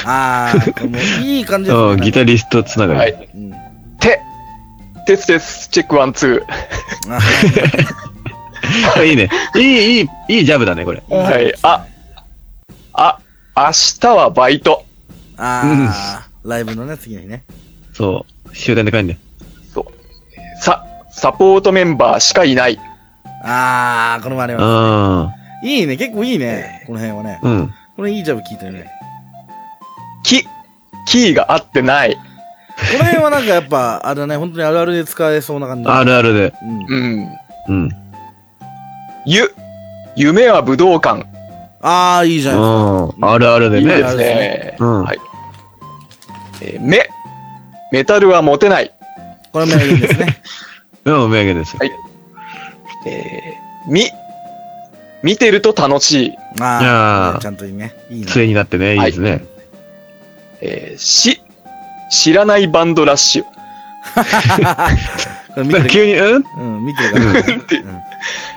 Speaker 1: ああ、これもいい感じです
Speaker 2: そ
Speaker 1: ね。
Speaker 2: う、ギタリストつなが
Speaker 3: は
Speaker 2: り。
Speaker 3: い。
Speaker 1: うん
Speaker 3: て、ですです、チェックワン、ツ
Speaker 1: あ
Speaker 2: いいね。いい、いい、いいジャブだね、これ。
Speaker 3: ー。はい。あ、あ、明日はバイト。
Speaker 1: あー、ライブのね、次の日ね。
Speaker 2: そう。終電で帰んね。
Speaker 3: さ、サポートメンバーしかいない。
Speaker 1: ああ、これもあります。
Speaker 2: あ
Speaker 1: いいね、結構いいね。この辺はね。
Speaker 2: あ。うん。
Speaker 1: これいいジャブ聞いてるね。
Speaker 3: キ、キーが合ってない。
Speaker 1: この辺はなんかやっぱ、あれだね、本当にあるあるで使えそうな感じ。
Speaker 2: あるあるで。
Speaker 1: うん
Speaker 3: うん。
Speaker 2: うん。
Speaker 3: ゆ、夢は武道館。
Speaker 1: ああ、いいじ
Speaker 2: う
Speaker 1: ゃない
Speaker 2: ん。あるあるで
Speaker 3: いい
Speaker 2: ね。
Speaker 3: ですね。
Speaker 2: うん
Speaker 3: はい。えー目、メタルは持てない。
Speaker 1: ですか。これもいいですね。
Speaker 2: うん、お土産ですよ。
Speaker 3: はいえー、み、見てると楽しい。
Speaker 1: あ
Speaker 2: いや
Speaker 1: あ、
Speaker 2: ー
Speaker 1: ちゃんといいね。いいね。
Speaker 2: 杖になってね、いいですね。
Speaker 3: えー、し、知らないバンドラッシュ。
Speaker 1: これ見
Speaker 2: なん
Speaker 1: て
Speaker 2: か
Speaker 1: る。
Speaker 2: 急に、うん
Speaker 1: うん、見てるから。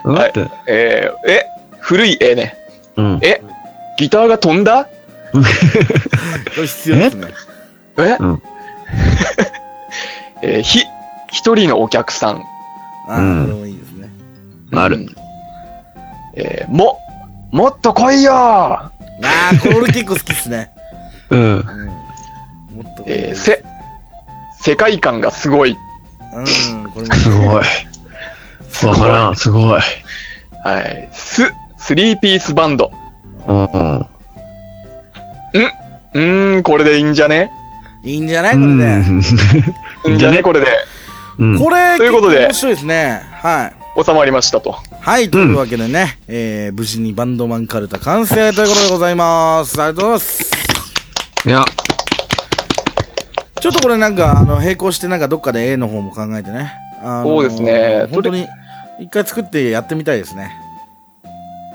Speaker 2: うん
Speaker 3: はい
Speaker 2: って。
Speaker 3: えー、え、古い絵ね。
Speaker 2: うん。
Speaker 3: ギターが飛んだ
Speaker 1: これ必要ですね。
Speaker 3: え、
Speaker 2: うん
Speaker 3: えーひ、一人のお客さん。
Speaker 1: ああ、これもいいですね。
Speaker 2: あ
Speaker 3: う
Speaker 2: る。
Speaker 3: んえー、も、もっと来いよー
Speaker 1: ああ、これ俺結構好きっすね。
Speaker 2: うん。
Speaker 1: うん。もっと。
Speaker 3: えー、せ、世界観がすごい。
Speaker 1: うん、これ も
Speaker 2: すごい。わからん、すごい。
Speaker 3: はい。す、スリーピースバンド。
Speaker 2: うん。
Speaker 3: うーん、これでいいんじゃね
Speaker 1: いいんじゃない
Speaker 2: う
Speaker 1: これね。
Speaker 2: ん。
Speaker 3: いいんじゃねこれで
Speaker 2: うん。
Speaker 1: これ、
Speaker 3: ということで
Speaker 1: 結構面白いですね。はい。
Speaker 3: 収まりましたと。
Speaker 1: はい、というわけでね、えー、無事にバンドマンカルタ完成ということでございます。ありがとうございます。
Speaker 2: いや、
Speaker 1: ちょっとこれなんか、あの、並行してなんかどっかで A の方も考えてね。あの
Speaker 3: そうですね
Speaker 1: 本当に、一回作ってやってみたいですね。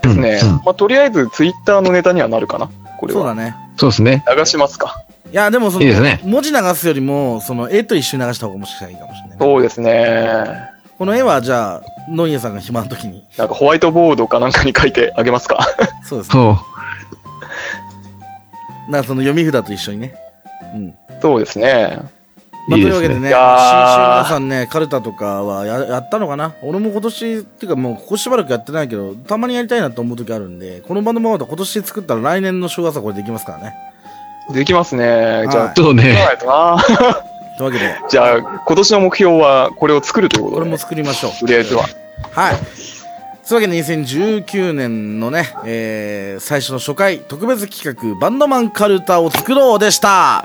Speaker 3: ですね。まあ、とりあえず、ツイッターのネタにはなるかなこれ
Speaker 1: そうだ
Speaker 3: は。
Speaker 1: ね。
Speaker 2: そうですね。
Speaker 3: 流しますか。
Speaker 1: いや、でもその、
Speaker 2: いいですね
Speaker 1: 文字流すよりも、その、絵と一緒に流した方がもしかしたらいいかもしれないね、
Speaker 3: そうですね。
Speaker 1: この絵は、じゃあ、ノイエさんが暇の時に。
Speaker 3: なんかホワイトボードかなんかに書いてあげますか。
Speaker 1: そうですね。
Speaker 2: そ
Speaker 1: なんかその読み札と一緒にね。うん。
Speaker 3: そうですね。
Speaker 1: まあ、
Speaker 2: いい
Speaker 1: とい
Speaker 2: で
Speaker 1: う
Speaker 2: す
Speaker 1: わ
Speaker 2: ね。
Speaker 1: けでね、
Speaker 3: いや
Speaker 1: 新州
Speaker 3: ー
Speaker 1: 皆さんね、カルタとかはややったのかな俺も今年、っていうかもうここしばらくやってないけど、たまにやりたいなと思う時あるんで、このバンドもまた今年作ったら来年の正月はこれできますからね。
Speaker 3: できますね。じゃ
Speaker 1: は
Speaker 3: あ
Speaker 1: いう
Speaker 2: そう
Speaker 3: 作ら
Speaker 2: ね。
Speaker 3: ないとな。
Speaker 1: というわけで、
Speaker 3: じゃあ、今年の目標はこれを作るということ
Speaker 1: こ
Speaker 3: で。
Speaker 1: れも作りましょう。
Speaker 3: とりあえずは。
Speaker 1: はい。そういうわけで2019年のね、えー、最初の初回特別企画バンドマンカルタを作ろうでした。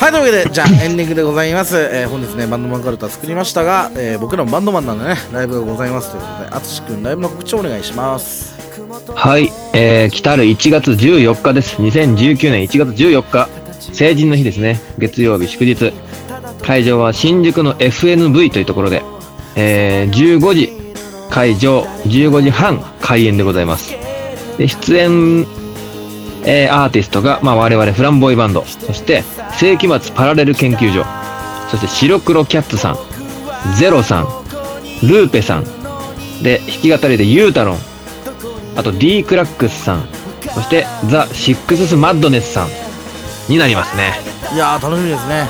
Speaker 1: はい、というわけで、じゃあエンディングでございます。えー、本日ね、バンドマンカルタ作りましたが、えー、僕らもバンドマンなんでね、ライブがございますということで、あつしくんライブの告知をお願いします。
Speaker 2: はい。えー、来たる1月14日です。2019年1月14日。成人の日ですね。月曜日祝日。会場は新宿の FNV というところで、えー、15時会場、15時半開演でございます。で、出演、えー、アーティストが、まあ、我々フランボイバンド、そして世紀末パラレル研究所、そして白黒キャッツさん、ゼロさん、ルーペさん、で、弾き語りでユータロン、あと D クラックスさん、そしてザ・シックスス・マッドネスさんになりますね。
Speaker 1: いやー楽しみですね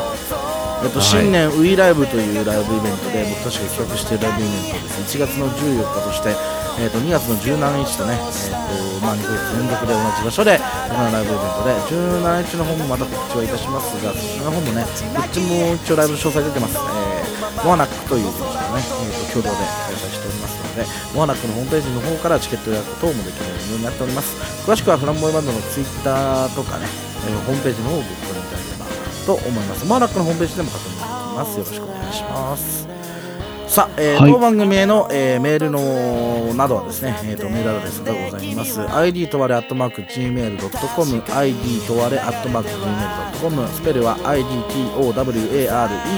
Speaker 1: えっと、新年ウィーライブというライブイベントで僕たちが企画しているライブイベントです1月の14日そして、えっと、2月の17日とね、えっとまあ、2ヶ月連続で同じ場所で行うライブイベントで17日の方もまた告知はいたしますがそちらの方もねどっちも一応ライブ詳細出てます、えー、モアナックという事務所のね、えっと共同で開催しておりますのでモアナックのホームページの方からチケット予約等もできるようになっております詳しくはフランボイバンドのツイッターとかね、えーホームページの方をご覧いただければと思いますマーラックのホームページでも確認できますよろしくお願いしますさあ、えー
Speaker 2: はい
Speaker 1: 当番組への、えーメールのなどはですね、えー、とメールアドレスがございます ID とわれ Gmail.com ID とわれ Gmail.com スペルは IDTOWARE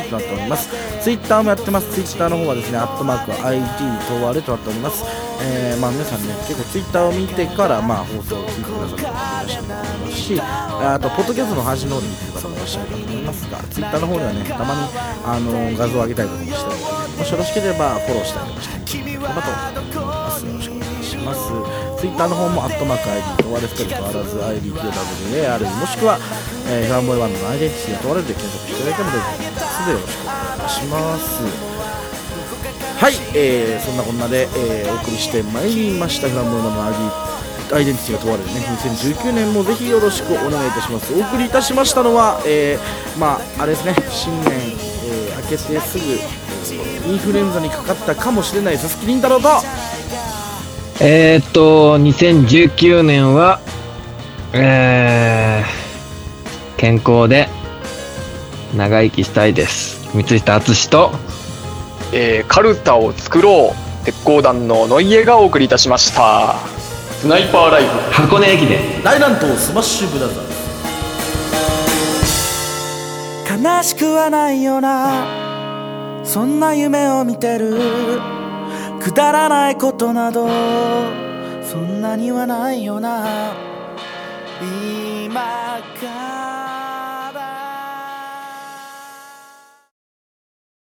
Speaker 1: となっておりますツイッターもやってますツイッターの方はですねアットマーク ID とわれとなっておりますえーまあ、皆さんね結構ツイッターを見てから、まあ、放送を聞いてくださる方もいらっしゃると思いますしあとポッドキャストの配信の方で見てる方もいらっしゃると思いますがツイッターの方ではねたまにあの画像を上げたりとかもしておりますもしよろしければフォローしたりとかしてみていただければと思いますよろしくお願いしますツイッターの方もアットマーク ID とワレスペルとわらず IDQWAR もしくは、えー、フランボイワンドのアイデンティティが問われるで検索していただいても大丈夫ですのでよろしくお願いしますはい、えーそんなこんなで、えーお送りしてまいりましたフランボーナのアイディアイデンティティが問われるね2019年もぜひよろしくお願いいたしますお送りいたしましたのは、えーまああれですね新年、えー明けてすぐえーインフルエンザにかかったかもしれない佐々木麟太郎と
Speaker 2: えー、っと、2019年は、えー、健康で長生きしたいです。三下敦と、
Speaker 3: えーカルタを作ろう鉄鋼団のノイエがお送りいたしましたスナイパーライブ
Speaker 2: 箱根駅伝。
Speaker 1: 大乱闘スマッシュブラザーズ
Speaker 5: 悲しくはないよなそんな夢を見てるくだらないことなどそんなにはないよな今から